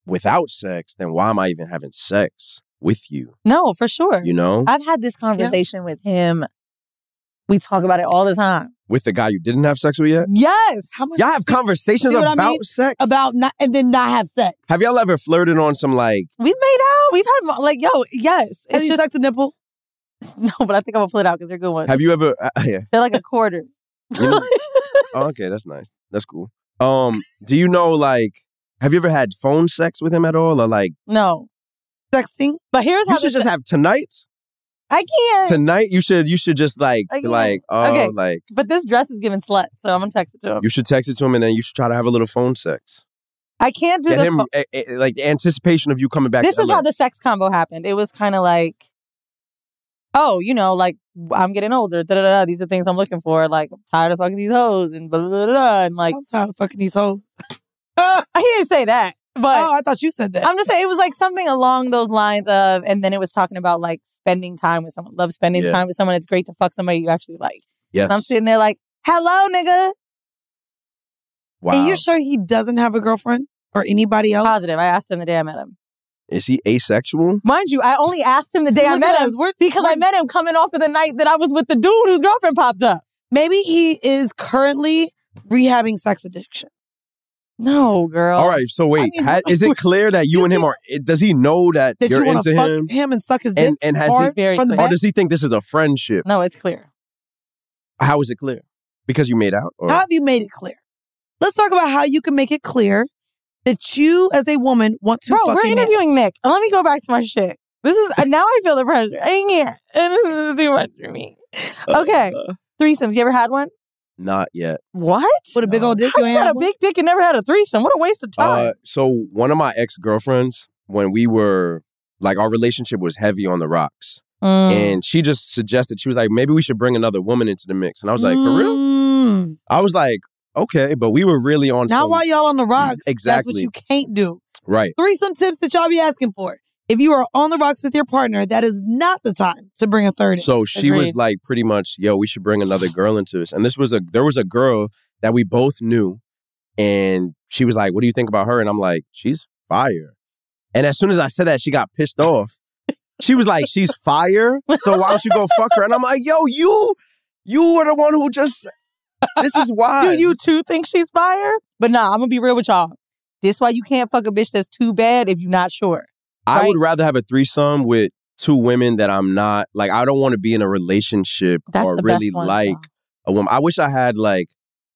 without sex, then why am I even having sex with you? No, for sure. You know, I've had this conversation with him. We talk about it all the time. with the guy you didn't have sex with yet? Yes. How much Y'all have conversations See what I about mean? sex? about not and then not have sex? have y'all ever flirted on some like, We've made out. We've had mo- like, yo, yes. Have It's you just sucked a nipple? no, but I think I'm gonna pull it out because they're good ones. have you ever, uh, yeah. They're like a quarter. You know- oh, okay, that's nice. That's cool. Um, do you know like have you ever had phone sex with him at all or like no, Sexting? but here's how you should this- just have tonight? I can't. Tonight you should you should just like I be can't. like oh Okay. like But this dress is giving slut, so I'm gonna text it to him. you should text it to him and then you should try to have a little phone sex. I can't do Get the. him pho- eh, eh, like the anticipation of you coming back. this to is LA. how the sex combo happened. It was kind of like, oh, you know, like I'm getting older. Da da da. These are things I'm looking for. Like I'm tired of fucking these hoes and blah blah blah. blah and like I'm tired of fucking these hoes. I didn't say that. But oh, I thought you said that. I'm just saying it was like something along those lines of, and then it was talking about like spending time with someone. Love spending Yeah. time with someone. It's great to fuck somebody you actually like. Yes. And I'm sitting there like, hello, nigga. And you're sure he doesn't have a girlfriend or anybody else? Positive. I asked him the day I met him. Is he asexual? Mind you, I only asked him the day I Look met at him us. We're- because I met him coming off of the night that I was with the dude whose girlfriend popped up. Maybe he is currently rehabbing sex addiction. No, girl. All right, so wait, I mean, ha- is it clear that you, and him are? eh, Does he know that, That you're you want into to fuck him? him? and suck his dick And and has he? hard from the or back? does he think this is a friendship? No, it's clear. How is it clear? Because you made out, or How have you made it clear? Let's talk about how you can make it clear that you, as a woman, want to. Bro, we're fucking interviewing Nick. Let me go back to my shit. This is uh, now I feel the pressure. I can't. And this is too much for me. Okay, threesomes. You ever had one? not yet. uh. What? With a big old dick? you How you ain't got had a big dick and never had a threesome? What a waste of time. Uh, so one of my ex girlfriends, when we were like our relationship was heavy on the rocks, Mm. and she just suggested she was like, maybe we should bring another woman into the mix, and I was like, for real? Mm. I was like, okay, but we were really on. Now, some- Mm, while y'all on the rocks, Exactly. that's what you can't do. right? Threesome tips that y'all be asking for. If you are on the rocks with your partner, that is not the time to bring a third. in. So she was like, pretty much, yo, we should bring another girl into this. And this was a there was a girl that we both knew, and she was like, "What do you think about her?" And I'm like, "She's fire." And as soon as I said that, she got pissed off. She was like, "She's fire." So why don't you go fuck her? And I'm like, "Yo, you, you were the one who just. Uh, This is why. Do you too think she's fire? But nah, I'm gonna be real with y'all. This why you can't fuck a bitch that's too bad if you're not sure. I would rather have a threesome with two women that I'm not like. I don't want to be in a relationship That's or the best really ones, like a woman. I wish I had like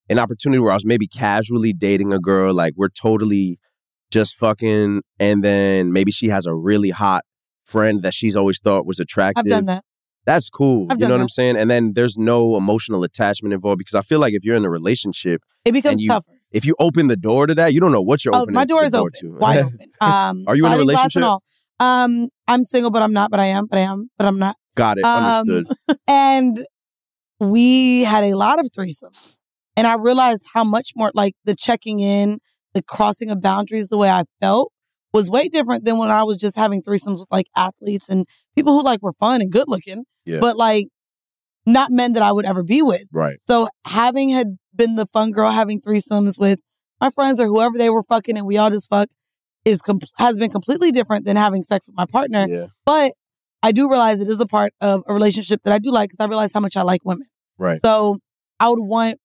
an opportunity where I was maybe casually dating a girl, like we're totally just fucking, and then maybe she has a really hot friend that she's always thought was attractive. I've done that. That's cool. I've you know done what I'm that. saying? And then there's no emotional attachment involved because I feel like if you're in a relationship, It becomes and you- tougher. If you open the door to that, you don't know what you're Oh, opening. my door the is open, to. wide open. Um, Are you in a sliding glass relationship? And all. Um, I'm single, but I'm not. But I am. But I am. But I'm not. Got it. Um, Understood. and we had a lot of threesomes. And I realized how much more like the checking in, the crossing of boundaries, the way I felt was way different than when I was just having threesomes with like athletes and people who like were fun and good looking, Yeah. but like not men that I would ever be with. Right. So having had been the fun girl having threesomes with my friends or whoever they were fucking and we all just fuck is com- has been completely different than having sex with my partner. Yeah. But I do realize it is a part of a relationship that I do like because I realize how much I like women. Right. So I would want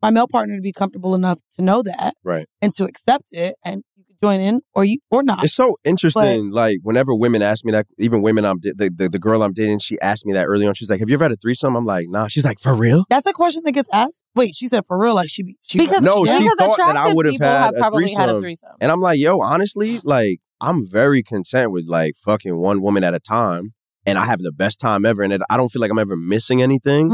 my male partner to be comfortable enough to know that right. and to accept it and you could join in or you or not. It's so interesting. like whenever women ask me that, even women I'm da- the, the the girl I'm dating, she asked me that early on. She's like, "Have you ever had a threesome?" I'm like, "Nah." She's like, "For real?" That's a question that gets asked. Wait, she said for real, like she be she Because- no, she because thought that I attractive would have people had, have a probably threesome. had a threesome. And I'm like, "Yo, honestly, like I'm very content with like fucking one woman at a time, and I have the best time ever, and it, I don't feel like I'm ever missing anything."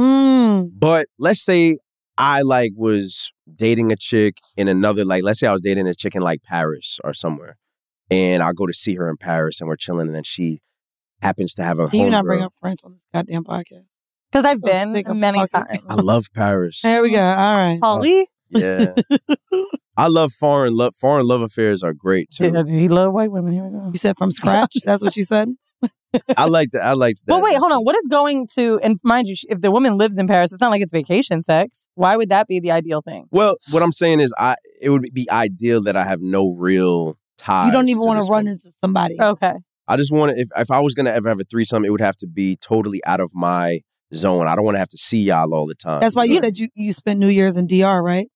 But let's say I like was dating a chick in another like let's say I was dating a chick in like Paris or somewhere. And I go to see her in Paris and we're chilling and then she happens to have a Can you not homegirl. bring up France on this goddamn podcast? Because I've been many times. I love Paris. There we go. All right. Holly? Uh, Yeah. I love foreign love foreign love affairs are great too. he loved white women. Here we go. You said from scratch? That's what you said? I like that I liked that. But wait, hold on. What is going to and mind you, if the woman lives in Paris, it's not like it's vacation sex. Why would that be the ideal thing? Well, what I'm saying is I it would be ideal that I have no real ties. You don't even want this to run into somebody. Okay. I just want to, if, if I was going to ever have a threesome, it would have to be totally out of my zone. I don't want to have to see y'all all the time. That's why you said you, you spent New Year's in DR, right?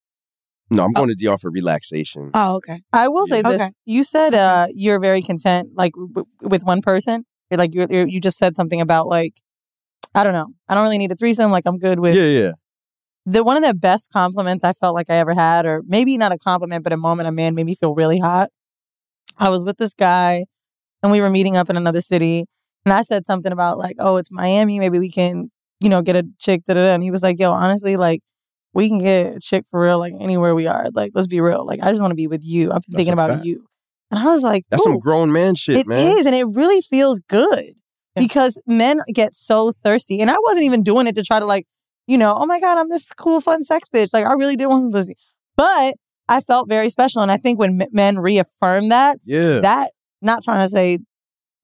No, I'm going to DR for relaxation. Oh, okay. I will say this. Okay. You said uh, you're very content, like w- w- with one person. You're like you're, you're, you just said something about like I don't know. I don't really need a threesome. Like I'm good with yeah, yeah. the one of the best compliments I felt like I ever had, or maybe not a compliment, but a moment a man made me feel really hot. I was with this guy and we were meeting up in another city And I said something about like, oh, it's Miami. Maybe we can, you know, get a chick. Da, da, da. And he was like, yo, honestly, like, we can get a chick for real, like anywhere we are. Like, let's be real. Like, I just want to be with you. I've been That's thinking a about fact. you. And I was like, That's "Ooh." some grown man shit, It man. is, and it really feels good because men get so thirsty. And I wasn't even doing it to try to like, you know, oh my god, I'm this cool, fun sex bitch. Like I really did want some pussy, but I felt very special. And I think when m- men reaffirm that, Yeah. that not trying to say,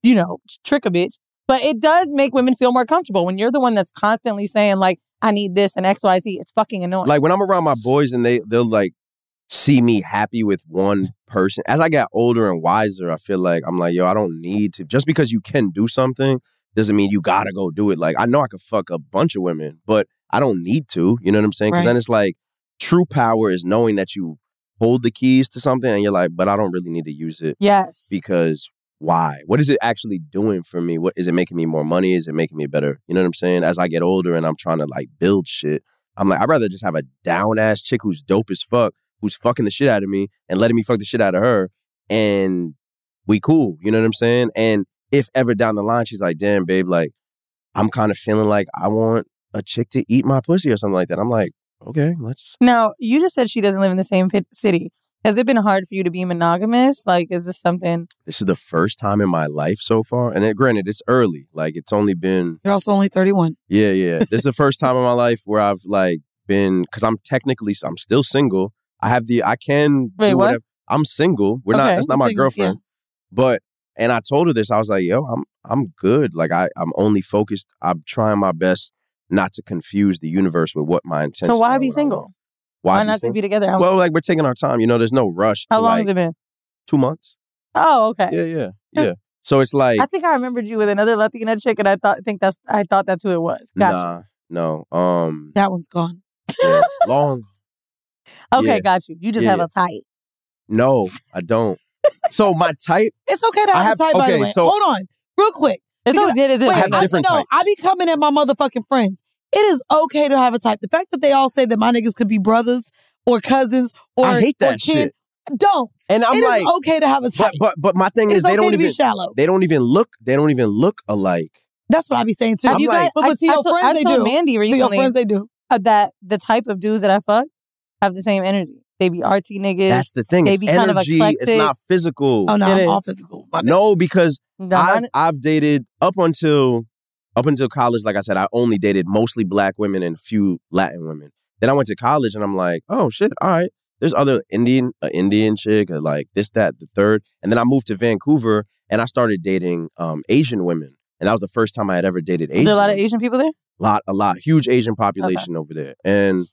you know, t- trick a bitch, but it does make women feel more comfortable when you're the one that's constantly saying like, I need this and X, Y, Z. It's fucking annoying. Like when I'm around my boys and they they'll like see me happy with one person. As I got older and wiser, I feel like I'm like, yo, I don't need to just because you can do something doesn't mean you gotta go do it. Like I know I could fuck a bunch of women, but I don't need to. You know what I'm saying? 'Cause Right. then it's like true power is knowing that you hold the keys to something and you're like, but I don't really need to use it. Yes. Because why? What is it actually doing for me? What is it making me more money? Is it making me better? You know what I'm saying? As I get older and I'm trying to like build shit, I'm like, I'd rather just have a down ass chick who's dope as fuck, who's fucking the shit out of me and letting me fuck the shit out of her. And we cool. You know what I'm saying? And if ever down the line she's like, damn, babe, like, I'm kind of feeling like I want a chick to eat my pussy or something like that. I'm like, okay, let's. Now, you just said she doesn't live in the same pit- city. Has it been hard for you to be monogamous? Like, is this something? This is the first time in my life so far. And it, granted, it's early. Like, it's only been You're also only 31. Yeah, yeah. This is the first time in my life where I've like been because I'm technically I'm still single. I have the I can Wait, do what? whatever. I'm single. We're not. Okay, That's not my single, yeah. girlfriend. But and I told her this. I was like, yo, I'm I'm good. Like I I'm only focused. I'm trying my best not to confuse the universe with what my intention. so why be single? why be not to single? be together? How- Well, like we're taking our time. You know, there's no rush. How to, long like, has it been? Two months. Oh, okay. Yeah, yeah, yeah. So it's like I think I remembered you with another Latina chick, and I thought think that's I thought that's who it was. Gotcha. nah, no. Um, That one's gone. yeah, long. Okay, Yeah. got you. You just Yeah, have yeah. a type. No, I don't. so my type. It's okay to I have, have- a type, by the okay, way. so- Hold on, real quick. It's Because- okay, it is- wait, I have different no, types. I be coming at my motherfucking friends. It is okay to have a type. The fact that they all say that my niggas could be brothers or cousins or I hate or that kin, shit. Don't. And I'm It is like, okay to have a type. But but, but my thing It is, is they okay don't to be even shallow. They don't even look. They don't even look alike. That's what I be saying too. I'm You like- guys- but, but to I your told- friends, I they told do. Mandy To recently your friends, they do. uh, that the type of dudes that I fuck have the same energy. They be artsy niggas. That's the thing. They It's be energy. kind of eclectic. It's not physical. Oh, no, I'm It all is. physical. No, because No, I've, mine- I've dated up until up until college. Like I said, I only dated mostly black women and a few Latin women. Then I went to college and I'm like, oh shit, all right. There's other Indian, a Indian chick, or like this, that, the third. And then I moved to Vancouver and I started dating um, Asian women. And that was the first time I had ever dated Are Asian. there a lot of Asian people there? lot a lot huge asian population over there and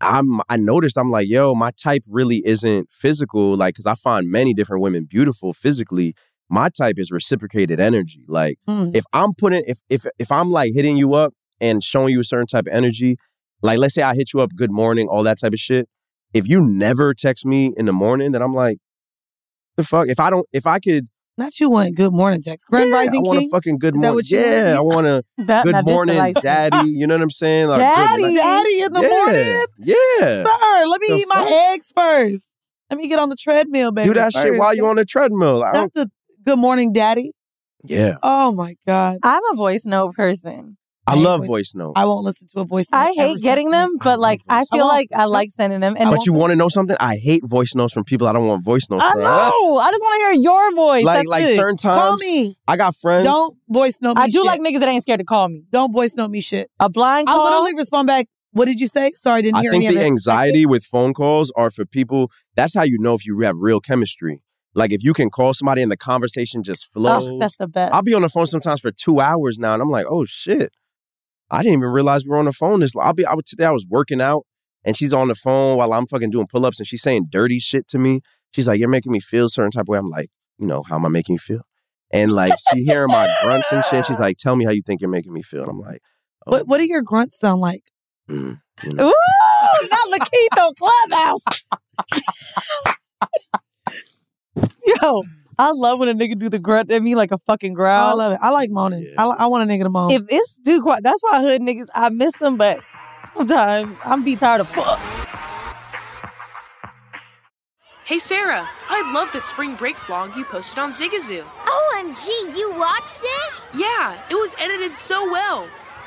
i'm i noticed i'm like yo my type really isn't physical like because i find many different women beautiful physically my type is reciprocated energy like if i'm putting if if if i'm like hitting you up and showing you a certain type of energy like let's say i hit you up good morning all that type of shit if you never text me in the morning then i'm like the fuck if i don't if i could Not you want good morning text. Grand yeah, Rising I want King? a fucking good Is that morning. what you want? Yeah, I Yeah. want a That- now good this the morning, life. daddy. You know what I'm saying? Like, Daddy, good, daddy in the morning? Yeah. Sir, let me The eat my fuck? eggs first. Let me get on the treadmill, baby. Do that shit first. while you're on the oh. treadmill. I Not don't, the good morning, daddy. yeah. Oh my god. I'm a voice note person. I love voice notes. I won't listen to a voice. I hate getting them, but like I feel like I like sending them. And but you want to know something? I hate voice notes from people I don't want voice notes I from. know. I just want to hear your voice. Like, That's like it. certain times. I got friends. Don't voice note me. I do shit. like niggas that ain't scared to call me. Don't voice note me shit. A blind I call? literally respond back. What did you say? Sorry, I didn't I hear think any the of it. anxiety with phone calls are for people. That's how you know if you have real chemistry. Like if you can call somebody and the conversation just flows. Ugh, that's the best. I'll be on the phone sometimes for two hours now, and I'm like, oh shit, I didn't even realize we were on the phone. This, I'll be, I was today. I was working out, and she's on the phone while I'm fucking doing pull ups, and she's saying dirty shit to me. She's like, you're making me feel a certain type of way. I'm like, you know, how am I making you feel? And like she hearing my grunts and shit. She's like, tell me how you think you're making me feel. And I'm like, What, what do your grunts sound like? mm, you know. Ooh, not Lakeith Clubhouse. Yo, I love when a nigga do the grunt at me like a fucking growl. Oh, I love it. I like moaning. I, li- I want a nigga to moan. If it's dude, quiet, that's why hood niggas. I miss them, but sometimes I'm be tired of fuck. Hey Sarah, I love that spring break vlog you posted on Zigazoo. Oh, I OMG, you watched it? Yeah, it was edited so well.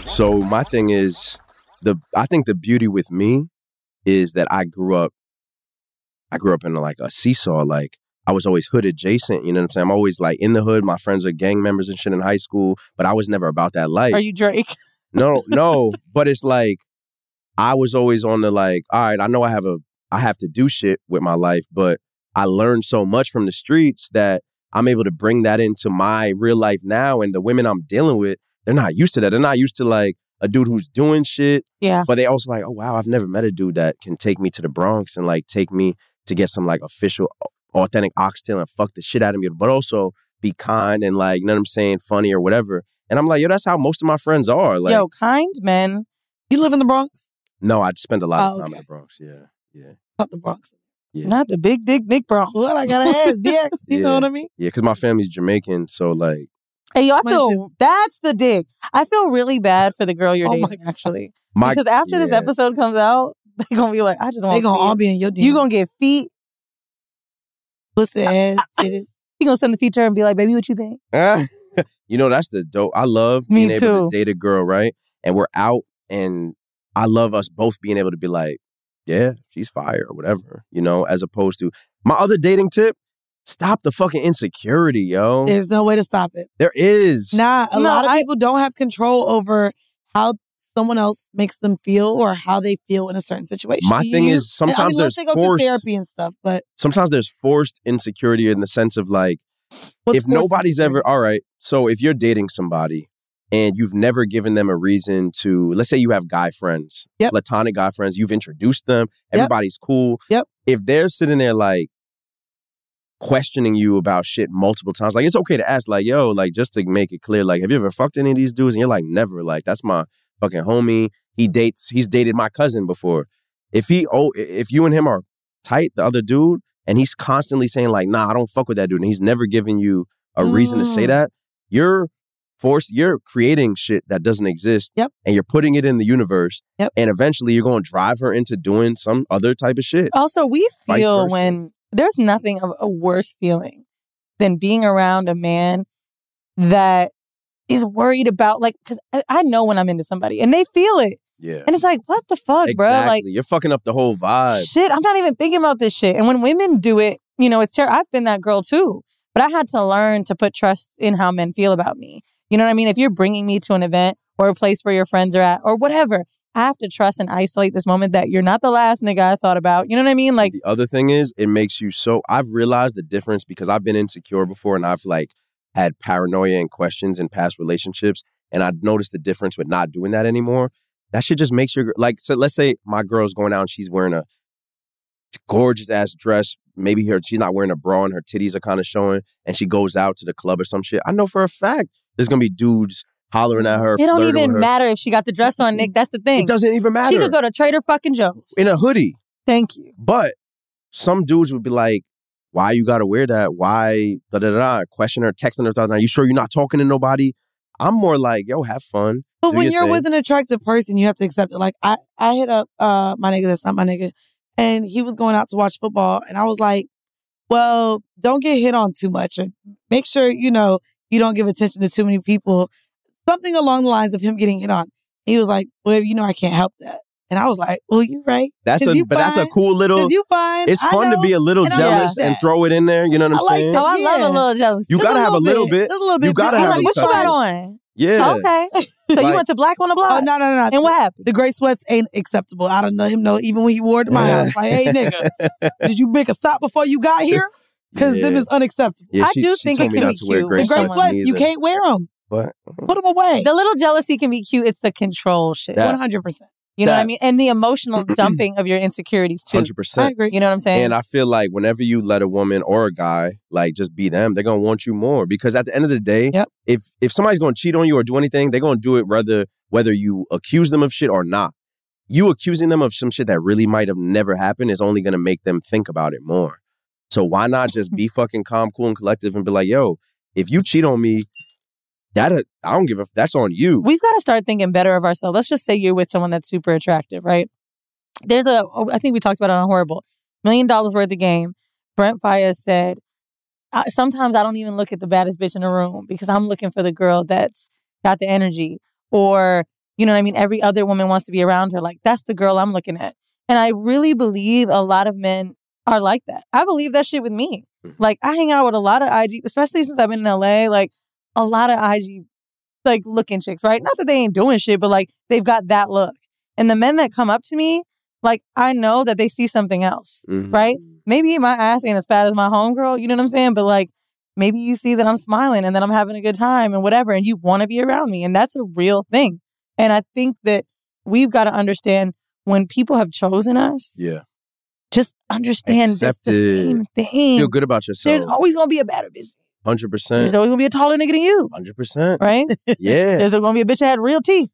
So my thing is the I think the beauty with me is that I grew up I grew up in like a seesaw like I was always hood adjacent, you know what I'm saying? I'm always like in the hood, my friends are gang members and shit in high school, but I was never about that life. Are you Drake? no, no, but it's like I was always on the like, all right, I know I have a I have to do shit with my life, but I learned so much from the streets that I'm able to bring that into my real life now and the women I'm dealing with, they're not used to that. They're not used to like a dude who's doing shit. Yeah. But they also like, oh wow, I've never met a dude that can take me to the Bronx and like take me to get some like official authentic oxtail and fuck the shit out of me, but also be kind and like, you know what I'm saying, funny or whatever. And I'm like, yo, that's how most of my friends are. Like Yo, kind men. You live in the Bronx? No, I spend a lot of Oh, time okay. in the Bronx. Yeah. Yeah. Not the Bronx. Yeah. Not the big dick Nick Bronx. What I gotta ask, dick. You know Yeah. what I mean? Yeah, because my family's Jamaican, so like Hey, yo, I feel that's the dick. I feel really bad for the girl Oh you're dating, actually. My- because after this yeah. episode comes out, they're gonna be like, I just want They gonna all be in your You gonna get feet, Pussy ass, titties. He gonna send the feature and be like, baby, what you think? Ah. you know, that's the dope. I love Me being able too. to date a girl, right? And we're out, and I love us both being able to be like, yeah, she's fire or whatever, you know, as opposed to my other dating tip stop the fucking insecurity, yo. There's no way to stop it. there is. Nah, a lot of people don't have control over how someone else makes them feel or how they feel in a certain situation. My thing is I mean, sometimes there's unless they go forced- through therapy and stuff, but Sometimes there's forced insecurity in the sense of like, What's if forced nobody's ever, all right, so if you're dating somebody and you've never given them a reason to, let's say you have guy friends, platonic guy friends, you've introduced them, everybody's cool. Yep. If they're sitting there like, questioning you about shit multiple times. Like it's okay to ask, like, yo, like just to make it clear, like, have you ever fucked any of these dudes? And you're like, never. Like, that's my fucking homie. He dates. He's dated my cousin before. If he oh, if you and him are tight, the other dude, and he's constantly saying like, "Nah, I don't fuck with that dude," and he's never giving you a reason to say Mm. that, you're forced. You're creating shit that doesn't exist. Yep. And you're putting it in the universe. Yep. And eventually, you're going to drive her into doing some other type of shit. Also, we Vice feel versa. when there's nothing of a worse feeling than being around a man that is worried about like because I, I know when I'm into somebody and they feel it. Yeah. And it's like, what the fuck, exactly. bro? Like you're fucking up the whole vibe. shit, I'm not even thinking about this shit. And when women do it, you know, it's terrible. I've been that girl too, but I had to learn to put trust in how men feel about me. You know what I mean? If you're bringing me to an event or a place where your friends are at or whatever, I have to trust and isolate this moment that you're not the last nigga I thought about. You know what I mean? Like, The other thing is, it makes you so. I've realized the difference because I've been insecure before, and I've like had paranoia and questions in past relationships, and I noticed the difference with not doing that anymore. That shit just makes your like. So let's say my girl's going out and she's wearing a gorgeous ass dress. Maybe her she's not wearing a bra and her titties are kind of showing, and she goes out to the club or some shit. I know for a fact there's gonna be dudes hollering at her. it don't flirting with even her matter if she got the dress on, Nick. That's the thing. It doesn't even She matter. could go to Trader fucking Joe's. in a hoodie. Thank you. But some dudes would be like, why you gotta wear that? Why da da da? da," Question her, texting her, da, da, da, you sure you're not talking to nobody? I'm more like, yo, have fun. But do when your you're thing." with an attractive person, you have to accept it. Like I, I hit up uh my nigga that's not my nigga, and he was going out to watch football, and I was like, "Well, don't get hit on too much, or make sure you know you don't give attention to too many people." Something along the lines of him getting hit on. He was like, "Well, you know, I can't help that,but And I was like, well, you right. that's 'Cause a you but that's a fine. cool little 'Cause you fine. It's I fun to know, be a little and I like jealous that. and throw it in there, you know what I'm I like saying? that. Oh, I love Yeah. a little jealousy. You gotta have a little bit. Just a little bit. You gotta have I'm a like, little what What you something. got on? Yeah. Okay. So you Like- went to black on the block? Oh no no no! And what happened? The gray sweats ain't acceptable. I don't know him. No, even when he wore it to my Yeah. house, like, hey nigga, did you make a stop before you got here? Because them Yeah. is unacceptable. Yeah, I she- do she think it told me can not be to wear cute gray The gray sweats sweats, either. you can't wear them. But Put them away. The little jealousy can be cute. It's the control shit. That- One hundred percent. You know what I that- mean? And the emotional dumping of your insecurities too. 100%. I agree. You know what I'm saying? And I feel like whenever you let a woman or a guy like just be them, they're gonna want you more because at the end of the day, if if somebody's gonna cheat on you or do anything, they're gonna do it whether whether you accuse them of shit or not. You accusing them of some shit that really might have never happened is only gonna make them think about it more. So why not just be fucking calm, cool, and collective and be like, yo, if you cheat on me, that uh, I don't give a f- that's on you. We've got to start thinking better of ourselves. Let's just say you're with someone that's super attractive, right? There's a, oh, I think we talked about it on Horrible, million dollars worth of game. Brent Fires said, I, sometimes I don't even look at the baddest bitch in the room because I'm looking for the girl that's got the energy or, you know what I mean? Every other woman wants to be around her. Like, that's the girl I'm looking at. And I really believe a lot of men are like that. I believe that shit with me. Like, I hang out with a lot of IG, especially since I've been in LA, like, a lot of IG like looking chicks, right? Not that they ain't doing shit, but like they've got that look. And the men that come up to me, like I know that they see something else, Mhm. right? Maybe my ass ain't as fat as my homegirl, you know what I'm saying? But like maybe you see that I'm smiling and that I'm having a good time and whatever, and you want to be around me. And that's a real thing. And I think that we've got to understand when people have chosen us, Yeah. just understand it's Accept the same it. thing. Feel good about yourself. There's always gonna be a better bitch. hundred There's percent. always gonna be a taller nigga than you, Hundred percent. right? Yeah. There's gonna be a bitch that had real teeth.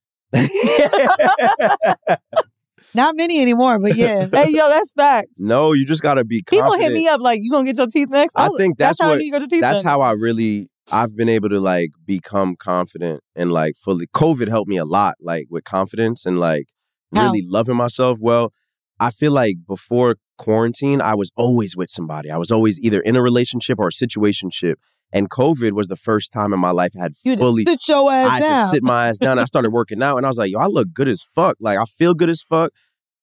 Not many anymore, but yeah. hey, yo, that's back. No, you just gotta be People confident. hit me up like, "You gonna get your teeth next?" I was- think that's, how I what knew you got your teeth that's done. how I really I've been able to like become confident and like fully COVID helped me a lot like with confidence and like really loving myself. Well, I feel like before quarantine, I was always with somebody. I was always either in a relationship or a situationship. And COVID was the first time in my life I had You just fully sit your ass I had to down. sit my ass down. I started working out and I was like, yo, I look good as fuck. Like I feel good as fuck.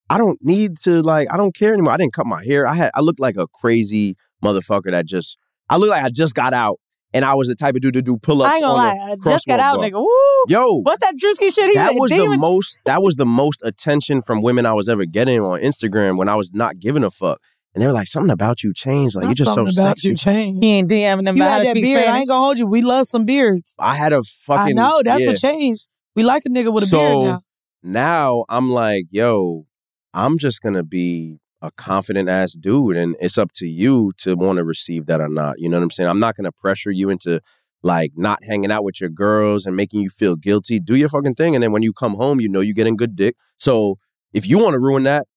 I don't need to like I don't care anymore. I didn't cut my hair. I had I looked like a crazy motherfucker that just I looked like I just got out and I was the type of dude to do pull ups. I ain't gonna lie. I just got out, nigga. Woo! Yo, What's that Drewski shit? He that was the demon- most that was the most attention from women I was ever getting on Instagram when I was not giving a fuck. And they were like, something about you changed. Like you're just so Something about sexy. you changed. He ain't DMing them You about how had to that speak beard. I Spanish. ain't gonna hold you. We love some beards. I had a fucking I know. That's yeah. what changed. We like a nigga with a so beard now. now I'm like, yo, I'm just gonna be a confident ass dude, and it's up to you to want to receive that or not. You know what I'm saying? I'm not gonna pressure you into like not hanging out with your girls and making you feel guilty. Do your fucking thing. And then when you come home, you know you're getting good dick. So if you want to ruin that,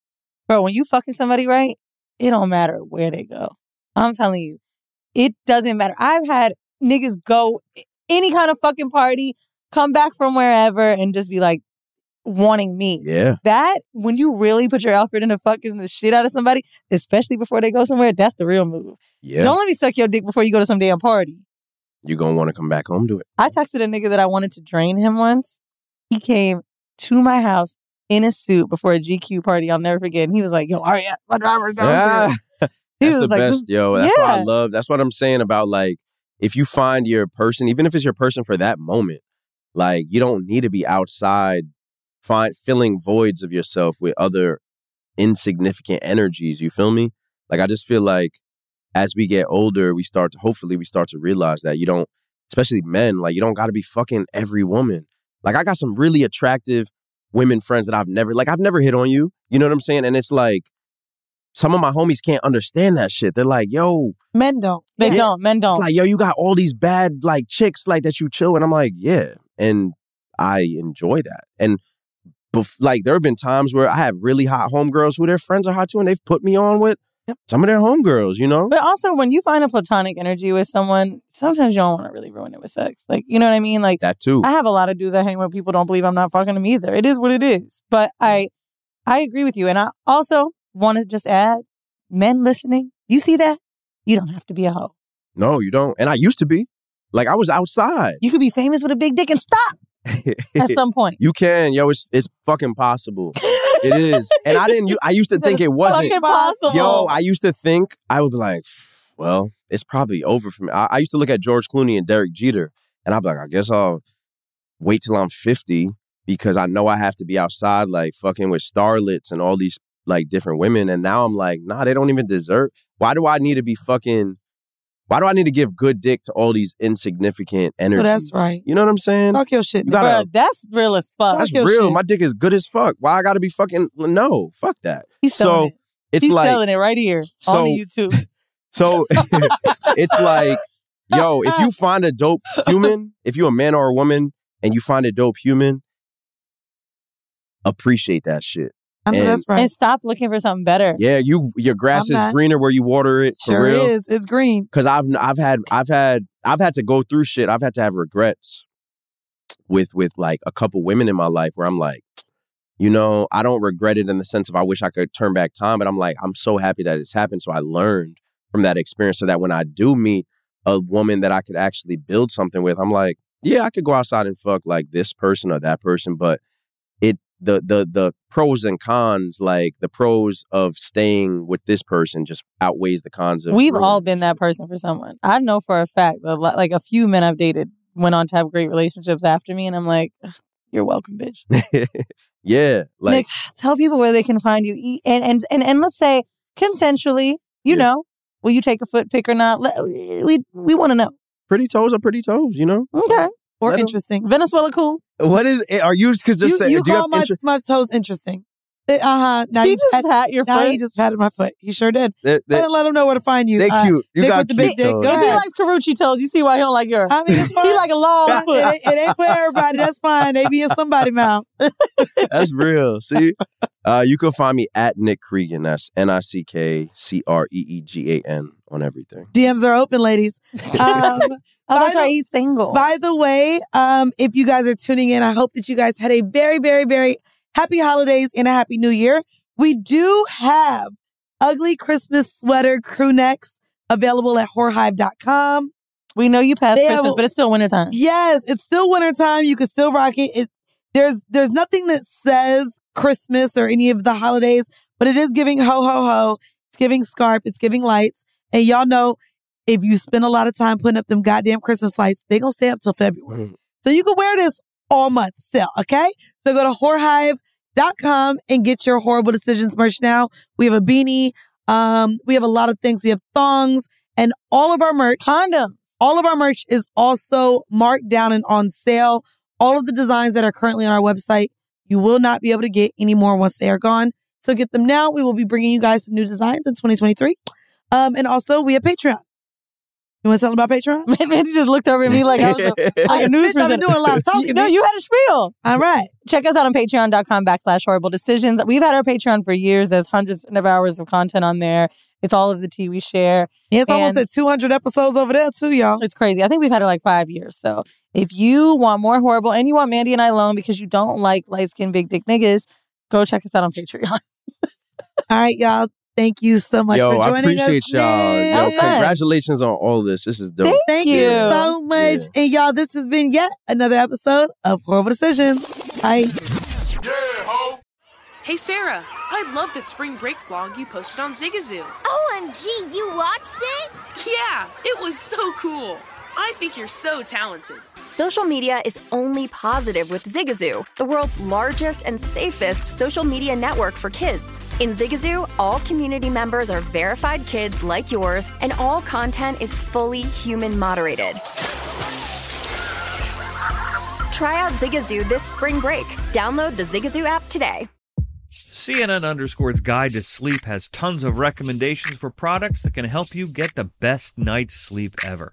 Bro, when you fucking somebody right, it don't matter where they go. I'm telling you, it doesn't matter. I've had niggas go any kind of fucking party, come back from wherever, and just be like wanting me. Yeah. That when you really put your outfit into fucking the shit out of somebody, especially before they go somewhere, that's the real move. Yeah. Don't let me suck your dick before you go to some damn party. you're going to want to come back home to it. I texted a nigga that I wanted to drain him once. He came to my house in a suit before a GQ party. I'll never forget. And he was like, "Yo, all right, my driver's downstairs." Ah, that's was the like, best, this- yo. That's what I yeah. love. That's what I'm saying about like if you find your person, even if it's your person for that moment, like you don't need to be outside find filling voids of yourself with other insignificant energies. You feel me? Like I just feel like as we get older, we start to hopefully we start to realize that you don't, especially men, like you don't gotta be fucking every woman. Like I got some really attractive women friends that I've never like I've never hit on you. You know what I'm saying? And it's like some of my homies can't understand that shit. They're like, yo, Men don't. They Yeah. don't. Men don't. it's like, yo, you got all these bad like chicks like that you chill, and I'm like, yeah, and I enjoy that. And bef- like, there have been times where I have really hot homegirls who their friends are hot too, and they've put me on with some of their homegirls. You know, but also, when you find a platonic energy with someone, sometimes you don't want to really ruin it with sex. Like, you know what I mean? Like That too. I have a lot of dudes I hang with. People don't believe I'm not fucking them either. It is what it is. But Mm. I, I agree with you, and I also want to just add, men listening, you see that? You don't have to be a hoe. no, you don't. And I used to be like, I was outside. You could be famous with a big dick and stop at some point. You can, yo. It's it's fucking possible. It is, and I didn't. I used to That think is it wasn't fucking possible. Yo, I used to think I would be like, well, it's probably over for me. I, I used to look at George Clooney and Derek Jeter, and I'd be like, I guess I'll wait till I'm fifty because I know I have to be outside, like fucking with starlets and all these like different women. And now I'm like, nah, they don't even deserve. Why do I need to be fucking? Why do I need to give good dick to all these insignificant energies? that's right. You know what I'm saying? Fuck your shit. You gotta- Bruh, that's real as fuck. Oh, that's real. My dick is good as fuck. Why I gotta be fucking no? Fuck that. He's so selling it. it's He's like selling it right here So- on the YouTube. so it's like yo, if you find a dope human, if you're a man or a woman, and you find a dope human, appreciate that shit. and, And stop looking for something better. Yeah, you your grass I'm is not- greener where you water it. for real. It's green. Cause I've I've had I've had I've had to go through shit. I've had to have regrets with with like a couple women in my life where I'm like, you know, I don't regret it in the sense of I wish I could turn back time, but I'm like, I'm so happy that it's happened. So I learned from that experience so that when I do meet a woman that I could actually build something with, I'm like, yeah, I could go outside and fuck like this person or that person, but it the the the pros and cons, like the pros of staying with this person just outweighs the cons of We've ruining all been that person for someone. I know for a fact that li- like a few men I've dated went on to have great relationships after me, and I'm like, you're welcome, bitch. yeah, like Nick, tell people where they can find you, E- and and and, and let's say consensually, you know, will you take a foot pick or not? Let- We we want to know. Pretty toes are pretty toes, you know. Okay, Or Let 'em- interesting. Venezuela cool. what is it? Are you because just Mm-hmm. you, say, you do you call have my, interest? my toes interesting. Uh huh. Now He you just pat your now foot? he just patted my foot. He sure did. They- they- I didn't let him know where to find you. They Uh, cute. You Nick got with the big cute dick. toes. Go If he He ahead. likes Karuchi toes. You see why he don't like yours. I mean, it's he like a long it, foot. ain't- it ain't for everybody. That's fine. They be in somebody mouth. That's real. See, uh, you can find me at Nick Cregan. That's N I C K C R E E G A N on everything. DMs are open, ladies. Um, that's by right, the- he's single. By the way, um, if you guys are tuning in, I hope that you guys had a very, very, very happy holidays and a happy new year. We do have ugly Christmas sweater crew necks available at whorehive.com. We know you passed They have- Christmas, but it's still wintertime. Yes, it's still wintertime. You can still rock it. it. There's there's nothing that says Christmas or any of the holidays, but it is giving ho ho ho. It's giving scarf. It's giving lights. And y'all know if you spend a lot of time putting up them goddamn Christmas lights, they gonna stay up till February. So you can wear this all month still, okay? So go to whorehive.com and get your horrible decisions merch now. We have a beanie. Um, we have a lot of things. We have thongs and all of our merch. Condoms. All of our merch is also marked down and on sale. All of the designs that are currently on our website, you will not be able to get any more once they are gone. So get them now. We will be bringing you guys some new designs in 2023. Um, and also we have Patreon. You want to tell them about Patreon? Mandy just looked over at me like I was a, like a news Bitch, I've been presenter. doing a lot of talking, No, bitch. you had a spiel. All right. Check us out on patreon.com backslash horrible decisions. We've had our Patreon for years. There's hundreds of hours of content on there. It's all of the tea we share. Yeah, it's almost And- at 200 episodes over there too, y'all. It's crazy. I think we've had it like five years. So if you want more horrible and you want Mandy and I alone because you don't like light skinned big dick niggas, go check us out on Patreon. All right, y'all. Thank you so much Yo, for I joining appreciate us. y'all. man. Yo, That was fun. congratulations on all this. This is dope. Thank Thank you you. so much. And y'all, this has been yet another episode of Horrible Decisions. Bye. Hey Sarah, I love that spring break vlog you posted on Zigazoo. OMG, you watched it? Yeah, it was so cool. I think you're so talented. Social media is only positive with Zigazoo, the world's largest and safest social media network for kids. In Zigazoo, all community members are verified kids like yours, and all content is fully human moderated. Try out Zigazoo this spring break. Download the Zigazoo app today. CNN Underscore's Guide to Sleep has tons of recommendations for products that can help you get the best night's sleep ever.